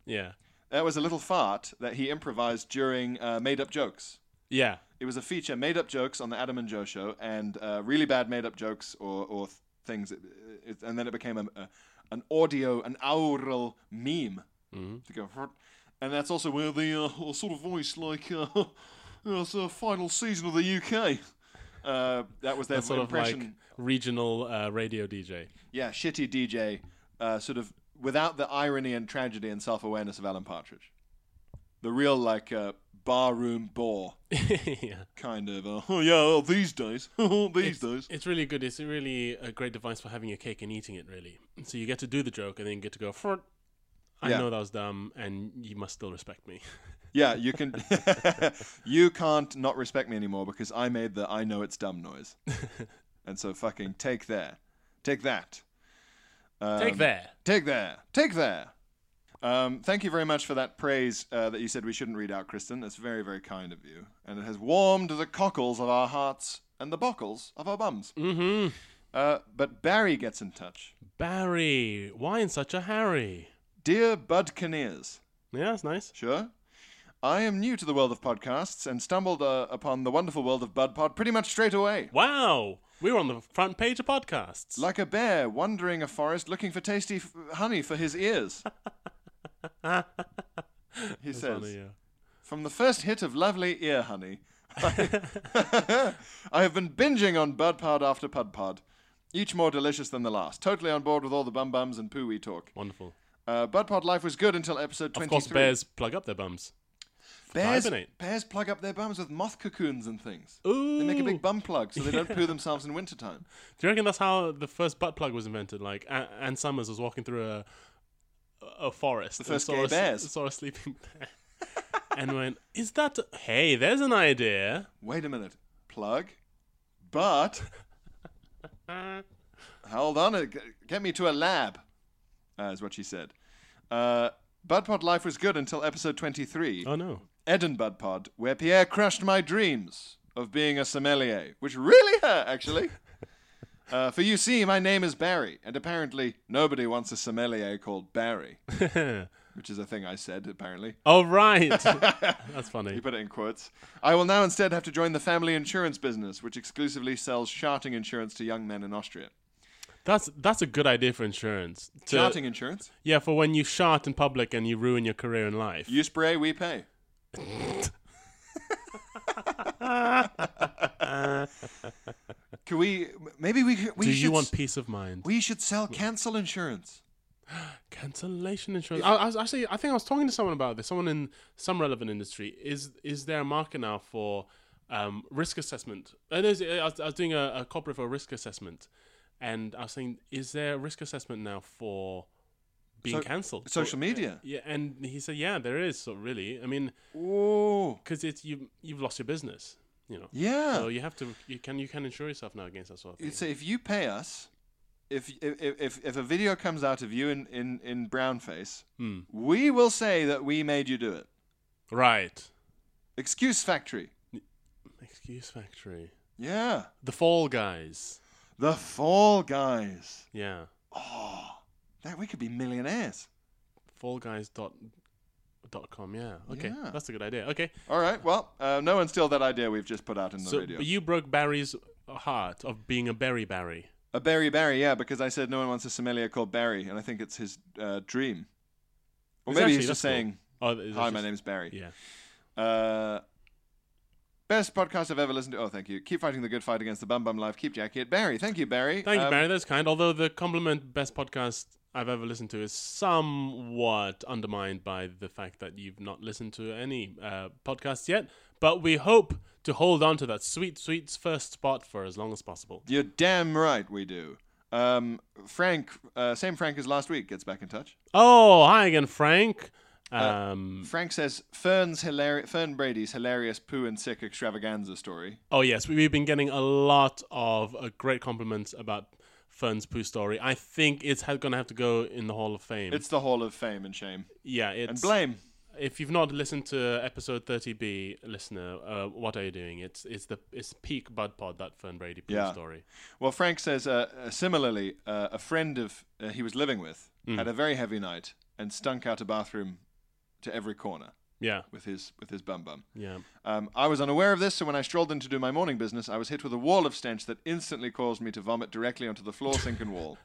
Yeah.
That was a little fart that he improvised during uh, made up jokes.
Yeah.
It was a feature, made up jokes on the Adam and Joe show, and uh, really bad made up jokes or, or th- things. It, it, and then it became a, a, an audio, an aural meme
Mm-hmm.
to go. "Frrt." And that's also where the uh, sort of voice like uh, it's the final season of the UK. Uh, that was their
That's sort of
impression.
like regional uh, radio DJ.
Yeah, shitty DJ, uh, sort of without the irony and tragedy and self awareness of Alan Partridge. The real like uh, barroom bore
yeah.
kind of. Uh, oh yeah, well, these days, these days.
It's really good. It's really a great device for having your cake and eating it. Really, so you get to do the joke and then you get to go. Front. I
Yeah.
know that was dumb, and you must still respect me.
Yeah, you can. you can't not respect me anymore because I made the "I know it's dumb" noise, and so fucking take there, take that, um,
Take that.
take there, take there. Um, thank you very much for that praise uh, that you said we shouldn't read out, Kristen. That's very, very kind of you, and it has warmed the cockles of our hearts and the bockles of our bums.
Mm-hmm.
Uh, but Barry gets in touch,
Barry, why in such a hurry?
dear Bud Kinnears.
Yeah, that's nice.
Sure. I am new to the world of podcasts and stumbled uh, upon the wonderful world of Bud Pod pretty much straight away.
Wow, we were on the front page of podcasts.
Like a bear wandering a forest looking for tasty f- honey for his ears. he
That's
says,
funny, yeah.
From the first hit of lovely ear honey, I, I have been binging on Bud Pod after Bud Pod, each more delicious than the last. Totally on board with all the bum bums and poo wee talk.
wonderful.
Uh, Bud Pod life was good until episode 23.
Of course, bears plug up their bums.
Bears,
Hibernate.
bears plug up their bums with moth cocoons and things.
Ooh,
They make a big bum plug so they don't poo themselves in wintertime.
Do you reckon that's how the first butt plug was invented? Like a- Anne Summers was walking through a a forest,
The
and
first
saw
gay
a s-
bears.
saw a sleeping bear, and went, "Is that? Hey, there's an idea."
Wait a minute. Plug? But. Hold on. uh, g- Get me to a lab, uh, is what she said. Uh, Budpod life was good until episode 23,
Oh no,
Ed and Budpod, where Pierre crushed my dreams of being a sommelier, which really hurt, actually. Uh, for you see, my name is Barry, and apparently nobody wants a sommelier called Barry, which is a thing I said, apparently.
Oh right, that's funny.
You put it in quotes. I will now instead have to join the family insurance business, which exclusively sells sharting insurance to young men in Austria.
That's that's a good idea for insurance. To-
Sharting insurance?
yeah, for when you shart in public and you ruin your career in life.
You spray, we pay.
Can we? Maybe we. c- We
Do
should,
you want
s-
peace of mind?
We should sell cancel insurance.
Cancellation insurance. I, I was actually, I think I was talking to someone about this. Someone in some relevant industry is is there a market now for um, risk assessment? Uh, there's- I was, I was doing a, a corporate for risk assessment, and I was saying, is there a risk assessment now for being
So-
cancelled?
social
Or- uh,
media?
Yeah, and he said, yeah, there is. So really, I mean,
Oh,
because it's you you've lost your business, you know.
yeah.
So you have to you can you can insure yourself now against that sort of thing.
You'd say if you pay us, if if if, if a video comes out of you in in in brown face,
Hmm.
we will say that we made you do it.
Right.
Excuse factory.
Excuse Factory.
Yeah.
The Fall Guys.
The Fall Guys.
Yeah.
Oh, that we could be millionaires.
fallguys.com yeah okay
Yeah.
that's a good idea okay
All right. Well, uh, no one stole that idea we've just put out in the
so
video.
but you broke barry's heart of being a berry barry
a Barry Barry, yeah, because I said no one wants a sommelier called Barry, and I think it's his uh, dream. Or
It's
maybe
actually-
he's just
that's cool.
saying,
oh is that
"Hi, my
just-
name's Barry."
yeah
Uh, best podcast I've ever listened to. Oh, thank you. Keep fighting the good fight against the bum bum life. Keep Jackie at Barry. Thank you, Barry.
thank you
Um,
barry that's kind although the compliment best podcast i've ever listened to is somewhat undermined by the fact that you've not listened to any uh, podcasts yet but we hope to hold on to that sweet sweet first spot for as long as possible
You're damn right we do. Um, Frank, uh, same Frank as last week, gets back in touch.
oh hi again frank um,
Frank says Fern's hilari- Fern Brady's hilarious poo and sick extravaganza story.
Oh yes, we- we've been getting a lot of uh, great compliments about Fern's poo story. I think it's ha- going to have to go in the Hall of Fame.
It's the Hall of Fame and shame
yeah, it's
and blame.
if you've not listened to episode 30B, listener, uh, what are you doing? It's it's the it's peak Bud Pod that Fern Brady poo
Yeah.
story.
Well, Frank says uh, uh, similarly, uh, a friend of uh, he was living with had a very heavy night and stunk out a bathroom to every corner
Yeah,
with his with his bum bum.
yeah.
Um, I was unaware of this, so when I strolled in to do my morning business, I was hit with a wall of stench that instantly caused me to vomit directly onto the floor, sink, and wall.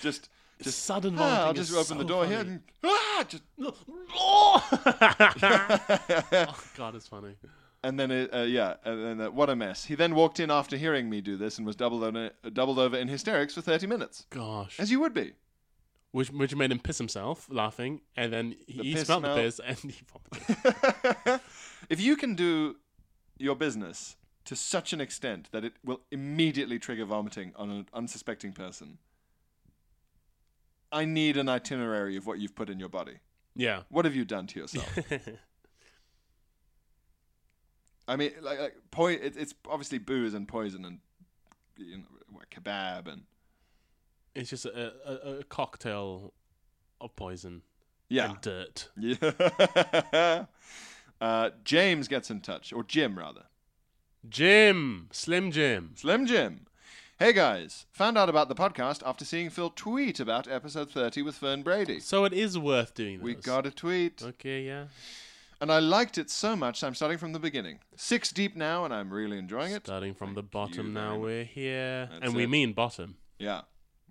just, just
Sudden
ah,
vomiting
I'll just
is
open the
so
door
funny.
here. And, ah, just,
oh God, it's funny.
and then, uh, uh, yeah, and then uh, what a mess. He then walked in after hearing me do this and was doubled over, doubled over in hysterics for thirty minutes,
Gosh,
as you would be.
which which made him piss himself laughing, and then he,
The
he
piss
smelled
smell.
the piss and he vomited.
if you can do your business to such an extent that it will immediately trigger vomiting on an unsuspecting person, I need an itinerary of what you've put in your body.
yeah.
What have you done to yourself? I mean, like, like poi- it, it's obviously booze and poison and you know, what, kebab and
It's just a, a, a cocktail of poison
yeah,
and dirt.
yeah. uh, James gets in touch, or Jim rather.
Jim, Slim Jim.
Slim Jim. Hey guys, found out about the podcast after seeing Phil tweet about episode 30 with Fern Brady.
So it is worth doing this.
We got a tweet,
Okay, yeah.
and I liked it so much. I'm starting from the beginning. Six deep now, and I'm really enjoying it.
Starting from the
Thank
bottom,
you
now eh?
very much.
we're here,
That's
and we
it.
mean bottom.
Yeah,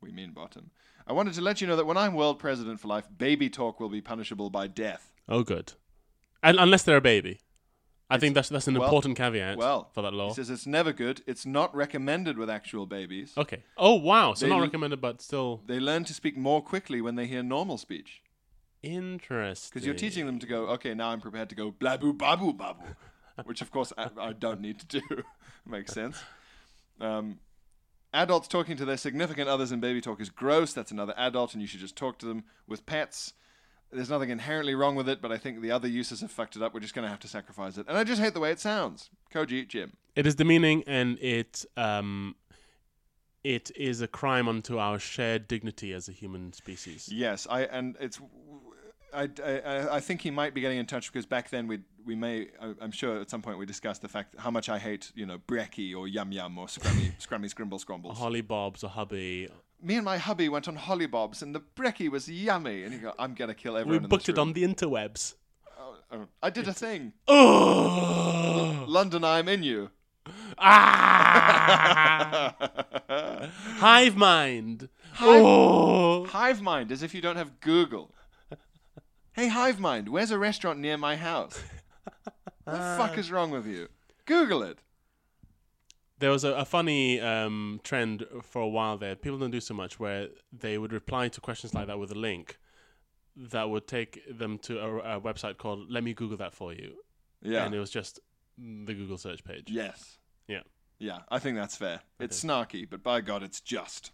we mean bottom. I wanted to let you know that when I'm world president for life, baby talk will be punishable by death.
Oh, good. And unless they're a baby, I think that's that's an
well-
important caveat
Well,
for that law.
He says it's never good. It's not recommended with actual babies.
Okay. Oh wow. So
They
not
l-
recommended, but still
They learn to speak more quickly when they hear normal speech.
interesting.
Because you're teaching them to go, okay, now I'm prepared to go blabu babu babu, which of course I, I don't need to do. Makes sense. Um, adults talking to their significant others in baby talk is gross. That's another adult, and you should just talk to them with pets. There's nothing inherently wrong with it, but I think the other uses have fucked it up. We're just going to have to sacrifice it. And I just hate the way it sounds. Koji, Jim.
It is demeaning, and it um, it is a crime unto our shared dignity as a human species.
Yes, I and it's. I, I, I think he might be getting in touch because back then we we may I- I'm sure at some point we discussed the fact how much I hate you know brekkie or yum yum or scrummy scrummy scrimble
A
scrumbles.
Holly Bob's a hubby.
Me and my hubby went on holly bobs and the brekkie was yummy and you go I'm gonna kill everyone.
We
in this
booked it
room."
on the interwebs.
Oh, oh, I did a thing.
Oh!
London, I'm in you.
ah! Hive mind. Oh!
Hive mind as if you don't have Google. Hey, Hive Mind, where's a restaurant near my house? what the fuck is wrong with you? Google it.
There was a, a funny um, trend for a while there. People don't do so much where they would reply to questions like that with a link that would take them to a, a website called "Let me Google that for you,"
Yeah.
and it was just the Google search page.
yes.
yeah.
Yeah, I think that's fair. It's snarky, but by God, it's just.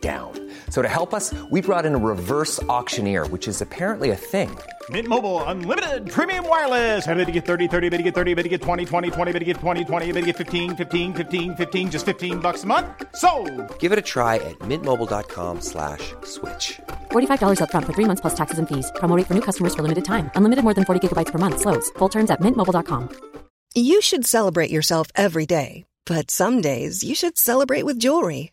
down. So to help us, we brought in a reverse auctioneer, which is apparently a thing.
Mint Mobile unlimited premium wireless. Ready to get 30, 30, bet you get 30, bet you get 20, 20, 20, bet you get 20, 20, bet you get 15, 15, 15, 15 just 15 bucks a month. So,
Give it a try at mintmobile.com slash switch.
$45 upfront for three months plus taxes and fees. Promo rate for new customers for limited time. Unlimited more than 40 gigabytes per month. Slows. Full terms at mintmobile.com.
You should celebrate yourself every day, but some days you should celebrate with jewelry.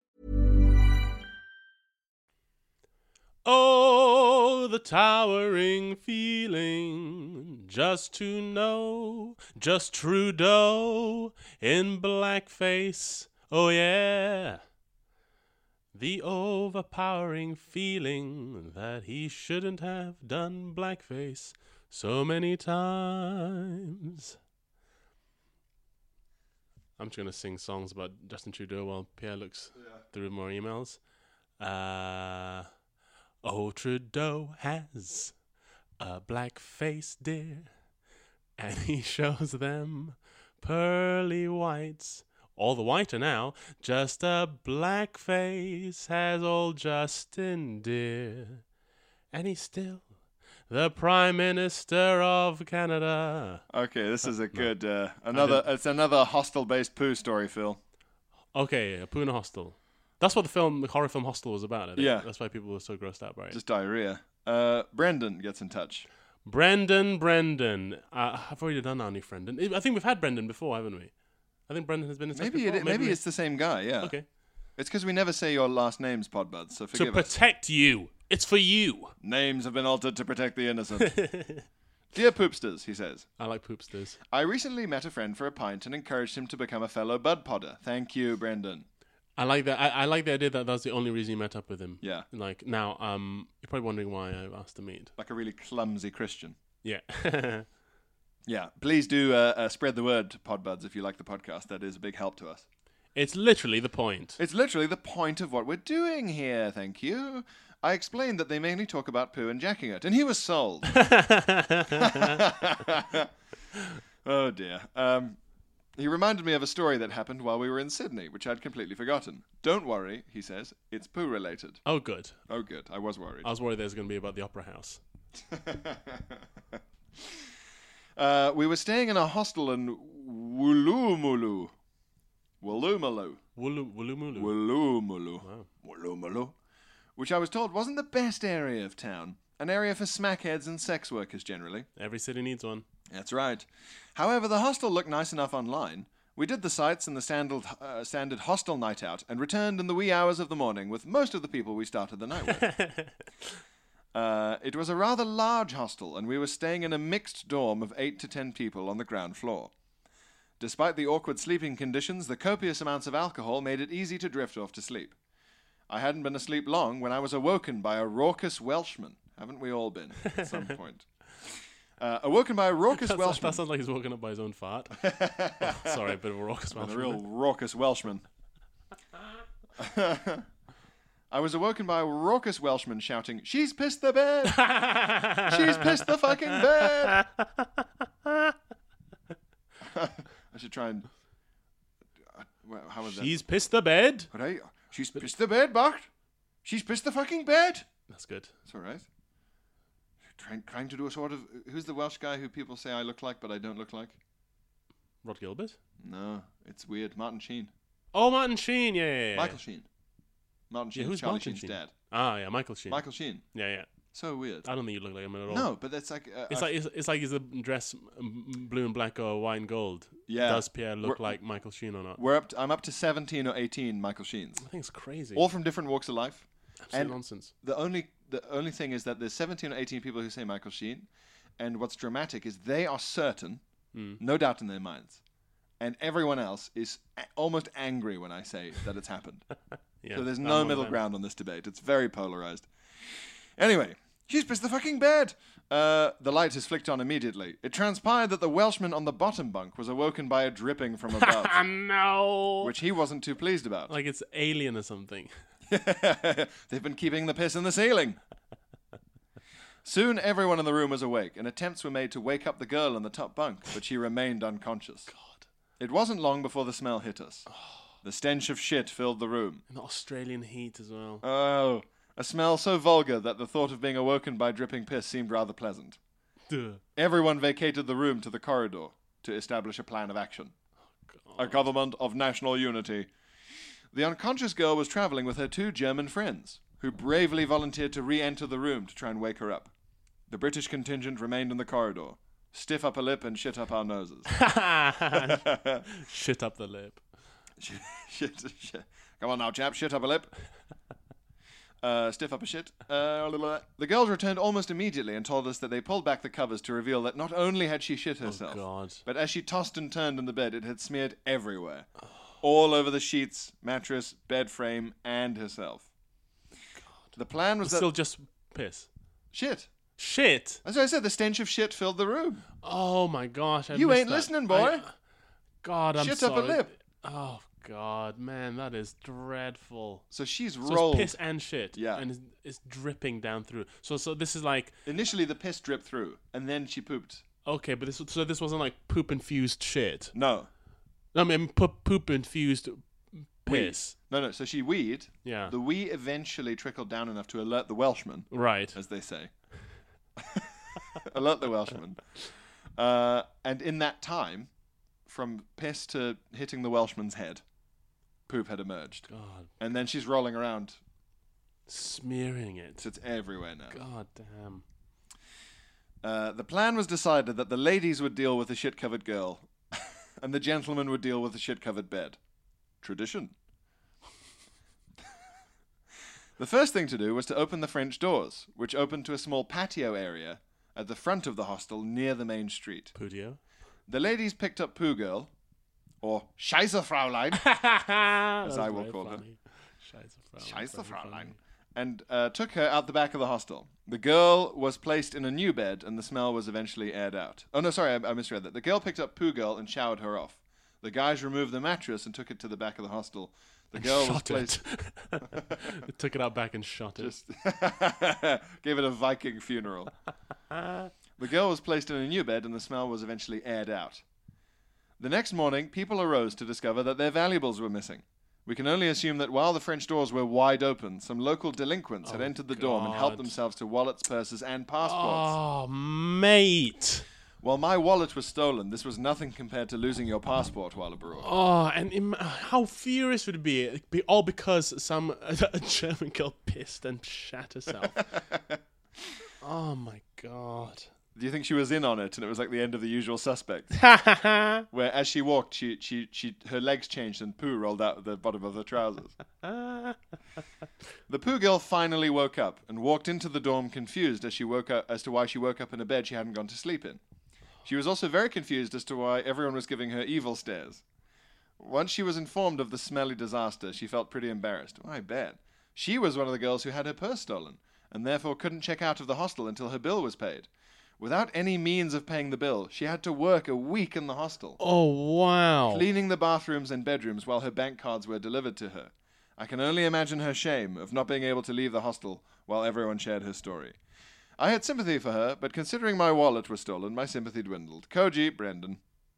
Oh, the towering feeling just to know just Trudeau in blackface. Oh, yeah. The overpowering feeling that he shouldn't have done blackface so many times. I'm just going to sing songs about Justin Trudeau while Pierre looks through more emails. Uh. Oh, Trudeau has a black face, dear, and he shows them pearly whites. All the whiter now, just a black face has old Justin, dear. And he's still the Prime Minister of Canada.
Okay, this is a good uh, another. It's another hostel-based poo story, Phil.
Okay, a Puna Hostel. That's what the film, the horror film Hostel was about. I think.
Yeah.
That's why people were so grossed out by it.
Just diarrhea. Uh, Brendan gets in touch.
Brendan, Brendan. Uh, I've already done our new friend. I think we've had Brendan before, haven't we? I think Brendan has been in touch
Maybe it,
before.
maybe,
we-
it's the same guy. Yeah.
Okay.
It's because we never say your last names, Podbuds. So
To
forgive us.
protect you. It's for you.
Names have been altered to protect the innocent. Dear poopsters, he says.
I like poopsters.
I recently met a friend for a pint and encouraged him to become a fellow bud podder. Thank you, Brendan.
I like that. I, I like the idea that that's the only reason you met up with him.
Yeah.
Like now, um, you're probably wondering why I asked to meet.
Like a really clumsy Christian.
Yeah.
Yeah. Please do uh, uh, spread the word, Podbuds, if you like the podcast. That is a big help to us.
it's literally the point.
It's literally the point of what we're doing here. Thank you. I explained that they mainly talk about poo and jacking it, and he was sold. oh dear. Um, he reminded me of a story that happened while we were in Sydney, which I'd completely forgotten. Don't worry, he says. It's poo related.
oh, good.
Oh, good. I was worried.
I was worried there's going to be about the opera house.
Uh, we were staying in a hostel in Woolloomooloo. Woolloomooloo.
Woolu Woolumulu.
Woolloomooloo. Woolloomooloo. Which I was told wasn't the best area of town. An area for smackheads and sex workers generally.
Every city needs one.
That's right. However, the hostel looked nice enough online. We did the sights and the standard, uh, standard hostel night out and returned in the wee hours of the morning with most of the people we started the night with. uh, it was a rather large hostel, and we were staying in a mixed dorm of 8 to 10 people on the ground floor. Despite the awkward sleeping conditions, the copious amounts of alcohol made it easy to drift off to sleep. I hadn't been asleep long when I was awoken by a raucous Welshman. Haven't we all been at some point? Uh, awoken by a raucous
That's-
Welshman.
That sounds like he's walking up by his own fart. Sorry, a bit of a raucous
I'm
mouth.
a real raucous Welshman. I was awoken by a raucous Welshman shouting, She's pissed the bed! She's pissed the fucking bed! I should try and. uh, Well, How was
She's pissed the bed.
that? Right? She's pissed the bed, Bart! She's pissed the fucking bed!
That's good.
It's alright. Trying, trying to do a sort of. Who's the Welsh guy who people say I look like but I don't look like?
Rod Gilbert.
No, it's weird. Martin Sheen.
Oh, Martin Sheen. Yeah. yeah, yeah.
Michael Sheen. Martin Sheen,
Yeah, who's
Charlie
Martin
Sheen's
Sheen?
dad.
Ah, yeah, Michael Sheen.
Michael Sheen.
Yeah, yeah.
So weird.
I don't think you look like him at all.
No, but that's like uh,
It's
uh,
like it's, it's like is the dress mm, blue and black or white and gold?
Yeah.
Does Pierre look
We're-
like Michael Sheen or not?
we're up. To, I'm up to 17 or 18 Michael Sheens,
I think it's crazy.
all from different walks of life.
Absolute
and-
nonsense.
The only the only thing is that there's 17 or 18 people who say Michael Sheen, and what's dramatic is they are certain,
Hmm.
no doubt in their minds, and everyone else is a- almost angry when I say that it's happened.
Yeah,
so there's
I'm
no
one of
middle
them.
ground on this debate. It's very polarized. Anyway, she's pissed the fucking bed. Uh, the light is flicked on immediately. It transpired that the Welshman on the bottom bunk was awoken by a dripping from above,
no.
which he wasn't too pleased about.
Like it's alien or something.
They've been keeping the piss in the ceiling. Soon everyone in the room was awake, and attempts were made to wake up the girl on the top bunk, but she remained unconscious. God. It wasn't long before the smell hit us. The stench of shit filled the room.
And the Australian heat as well.
Oh, a smell so vulgar that the thought of being awoken by dripping piss seemed rather pleasant.
Duh.
Everyone vacated the room to the corridor to establish a plan of action. A government of national unity. The unconscious girl was traveling with her two German friends, who bravely volunteered to re enter the room to try and wake her up. The British contingent remained in the corridor, stiff up a lip and shit up our noses.
Shit up the lip.
shit, shit, shit. Come on now, chap, shit up a lip. Uh, stiff up a shit. Uh, la, la, la. the girls returned almost immediately and told us that they pulled back the covers to reveal that not only had she shit herself,
Oh, God.
but as she tossed and turned in the bed, it had smeared everywhere. All over the sheets, mattress, bed frame, and herself. The plan was
It's
that.
still just piss.
shit.
Shit.
As I said, the stench of shit filled the room.
Oh my gosh. I
You
missed
ain't
that.
listening, boy.
I- God, I'm
Shit up
sorry.
a lip.
Oh God, man, that is dreadful.
So she's
So
rolled.
it's piss and shit.
Yeah.
And it's, it's dripping down through. So so this is like
Initially, the piss dripped through, and then she pooped.
okay, but this so this wasn't like poop infused shit.
No.
I mean poop poop infused piss.
No, no. So she weed.
Yeah.
The wee eventually trickled down enough to alert the Welshman,
Right.
as they say. alert the Welshman. Uh, and in that time, from piss to hitting the Welshman's head, poop had emerged.
God,
And then she's rolling around,
smearing it.
so it's everywhere now.
God damn.
Uh, the plan was decided that the ladies would deal with the shit covered girl, and the gentlemen would deal with the shit covered bed. Tradition. the first thing to do was to open the French doors, which opened to a small patio area at the front of the hostel near the main street.
Pudio.
The ladies picked up Pooh Girl, or Scheiße Fraulein,
As
I will call her.
Scheiße Fraulein.
and uh, took her out the back of the hostel. The girl was placed in a new bed, and the smell was eventually aired out. Oh no, sorry, I, I misread that. The girl picked up Pooh Girl and showered her off. The guys removed the mattress and took it to the back of the hostel. The girl was
shot
placed.
it. Took it out back and shot it.
Just gave it a Viking funeral. the girl was placed in a new bed, and the smell was eventually aired out. The next morning, people arose to discover that their valuables were missing. We can only assume that while the French doors were wide open, some local delinquents had entered the dorm and helped
Oh, God.
themselves to wallets, purses, and passports.
Oh, mate.
While my wallet was stolen, this was nothing compared to losing your passport while abroad.
Oh, and im- how furious would it be? It'd be all because some a German girl pissed and shat herself. oh my god.
Do you think she was in on it and it was like the end of the usual suspect? Where as she walked, she, she, she, her legs changed and poo rolled out of the bottom of her trousers. the poo girl finally woke up and walked into the dorm confused as she woke up as to why she woke up in a bed she hadn't gone to sleep in. She was also very confused as to why everyone was giving her evil stares. Once she was informed of the smelly disaster, she felt pretty embarrassed. I bet. She was one of the girls who had her purse stolen, and therefore couldn't check out of the hostel until her bill was paid. Without any means of paying the bill, she had to work a week in the hostel,
Oh wow.
cleaning the bathrooms and bedrooms while her bank cards were delivered to her. I can only imagine her shame of not being able to leave the hostel while everyone shared her story. I had sympathy for her, but considering my wallet was stolen, my sympathy dwindled. Koji, Brendan.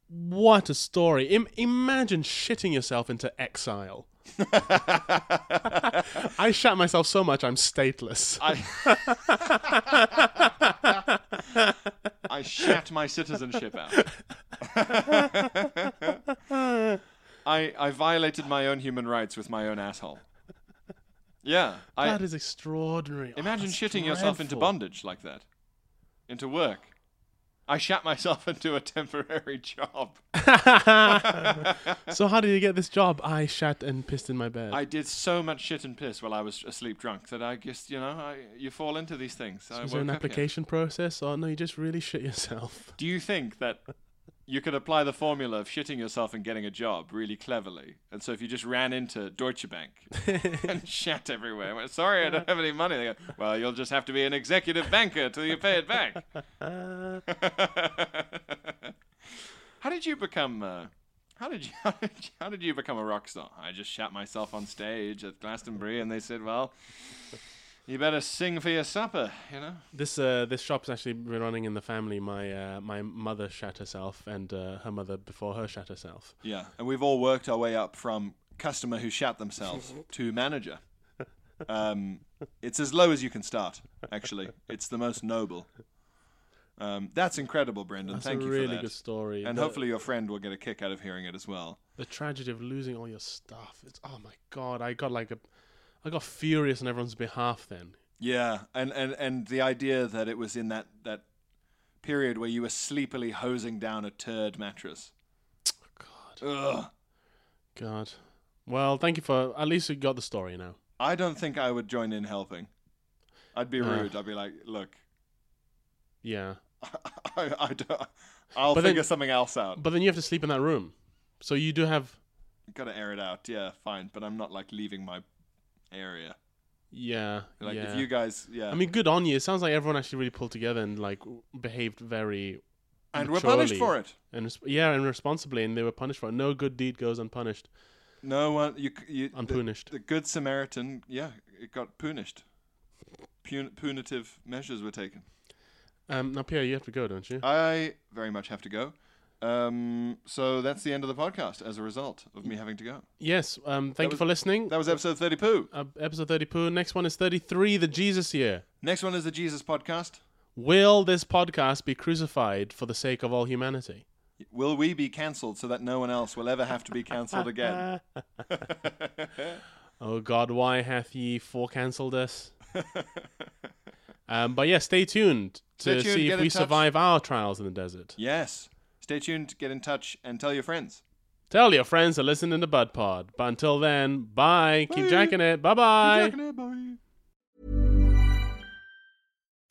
What a story. Im- imagine shitting yourself into exile. I shat myself so much I'm stateless.
I shat my citizenship out. I, I violated my own human rights with my own asshole. Yeah. I
that is extraordinary. Oh,
imagine
that's
shitting yourself into
dreadful.
bondage like that. Into work. I shat myself into a temporary job.
so how did you get this job? I shat and pissed in my bed.
I did so much shit and piss while I was asleep drunk that I guess, you know, I, you fall into these things. I
was there an
woke up here.
application process, or no? You just really shit yourself.
Do you think that you could apply the formula of shitting yourself and getting a job really cleverly? And so if you just ran into Deutsche Bank and shat everywhere, and went, sorry, I don't have any money. They go, well, you'll just have to be an executive banker till you pay it back. how did you become? Uh, how did you, how did you how did you become a rock star? I just shat myself on stage at Glastonbury, and they said, well. You better sing for your supper, you know.
This uh, this shop's actually been running in the family. My uh, my mother shat herself, and uh, her mother before her shat herself.
Yeah, and we've all worked our way up from customer who shat themselves to manager. Um, it's as low as you can start, actually. It's the most noble. Um, that's incredible, Brendan.
That's
Thank
a
you for
really
that.
good story.
And
The-
hopefully your friend will get a kick out of hearing it as well.
the tragedy of losing all your stuff. It's oh my god, I got like a, I got furious on everyone's behalf. Then
Yeah, and, and, and the idea that it was in that, that period where you were sleepily hosing down a turd mattress.
God,
Ugh.
God. Well, thank you for at least you got the story now.
I don't think I would join in helping. I'd be
Uh.
rude. I'd be like, look,
Yeah,
I, I don't, I'll
But then-
figure something else out.
but then you have to sleep in that room, so you do have
gotta air it out. Yeah, fine, but I'm not like leaving my area.
yeah
Like
yeah.
if you guys, yeah.
I mean, good on you. It sounds like everyone actually really pulled together and like behaved very
and we're punished
maturely.
for it.
and res- yeah and responsibly, and they were punished for it. No good deed goes unpunished.
No one, you, c- you the,
Unpunished.
the good Samaritan. Yeah, it got punished. Pun- punitive measures were taken.
Um, now Pierre, you have to go, don't
Uh,
you?
I very much have to go. Um, so that's the end of the podcast as a result of me having to go.
yes. Um, thank
was-
you for listening.
That was episode 30 poo.
uh, episode thirty. Poo. Next one is thirty-three. The Jesus year.
Next one is the Jesus podcast.
Will this podcast be crucified for the sake of all humanity?
Will we be cancelled so that no one else will ever have to be cancelled again?
Oh God, why hath ye forecancelled us? um, but yeah, stay tuned to
Stay tuned,
see
get
if
in
we
touch.
survive our trials in the desert.
yes. Stay tuned, get in touch, and tell your friends.
Tell your friends to listen to Bud Pod. But until then, bye. Keep jacking it. Bye bye.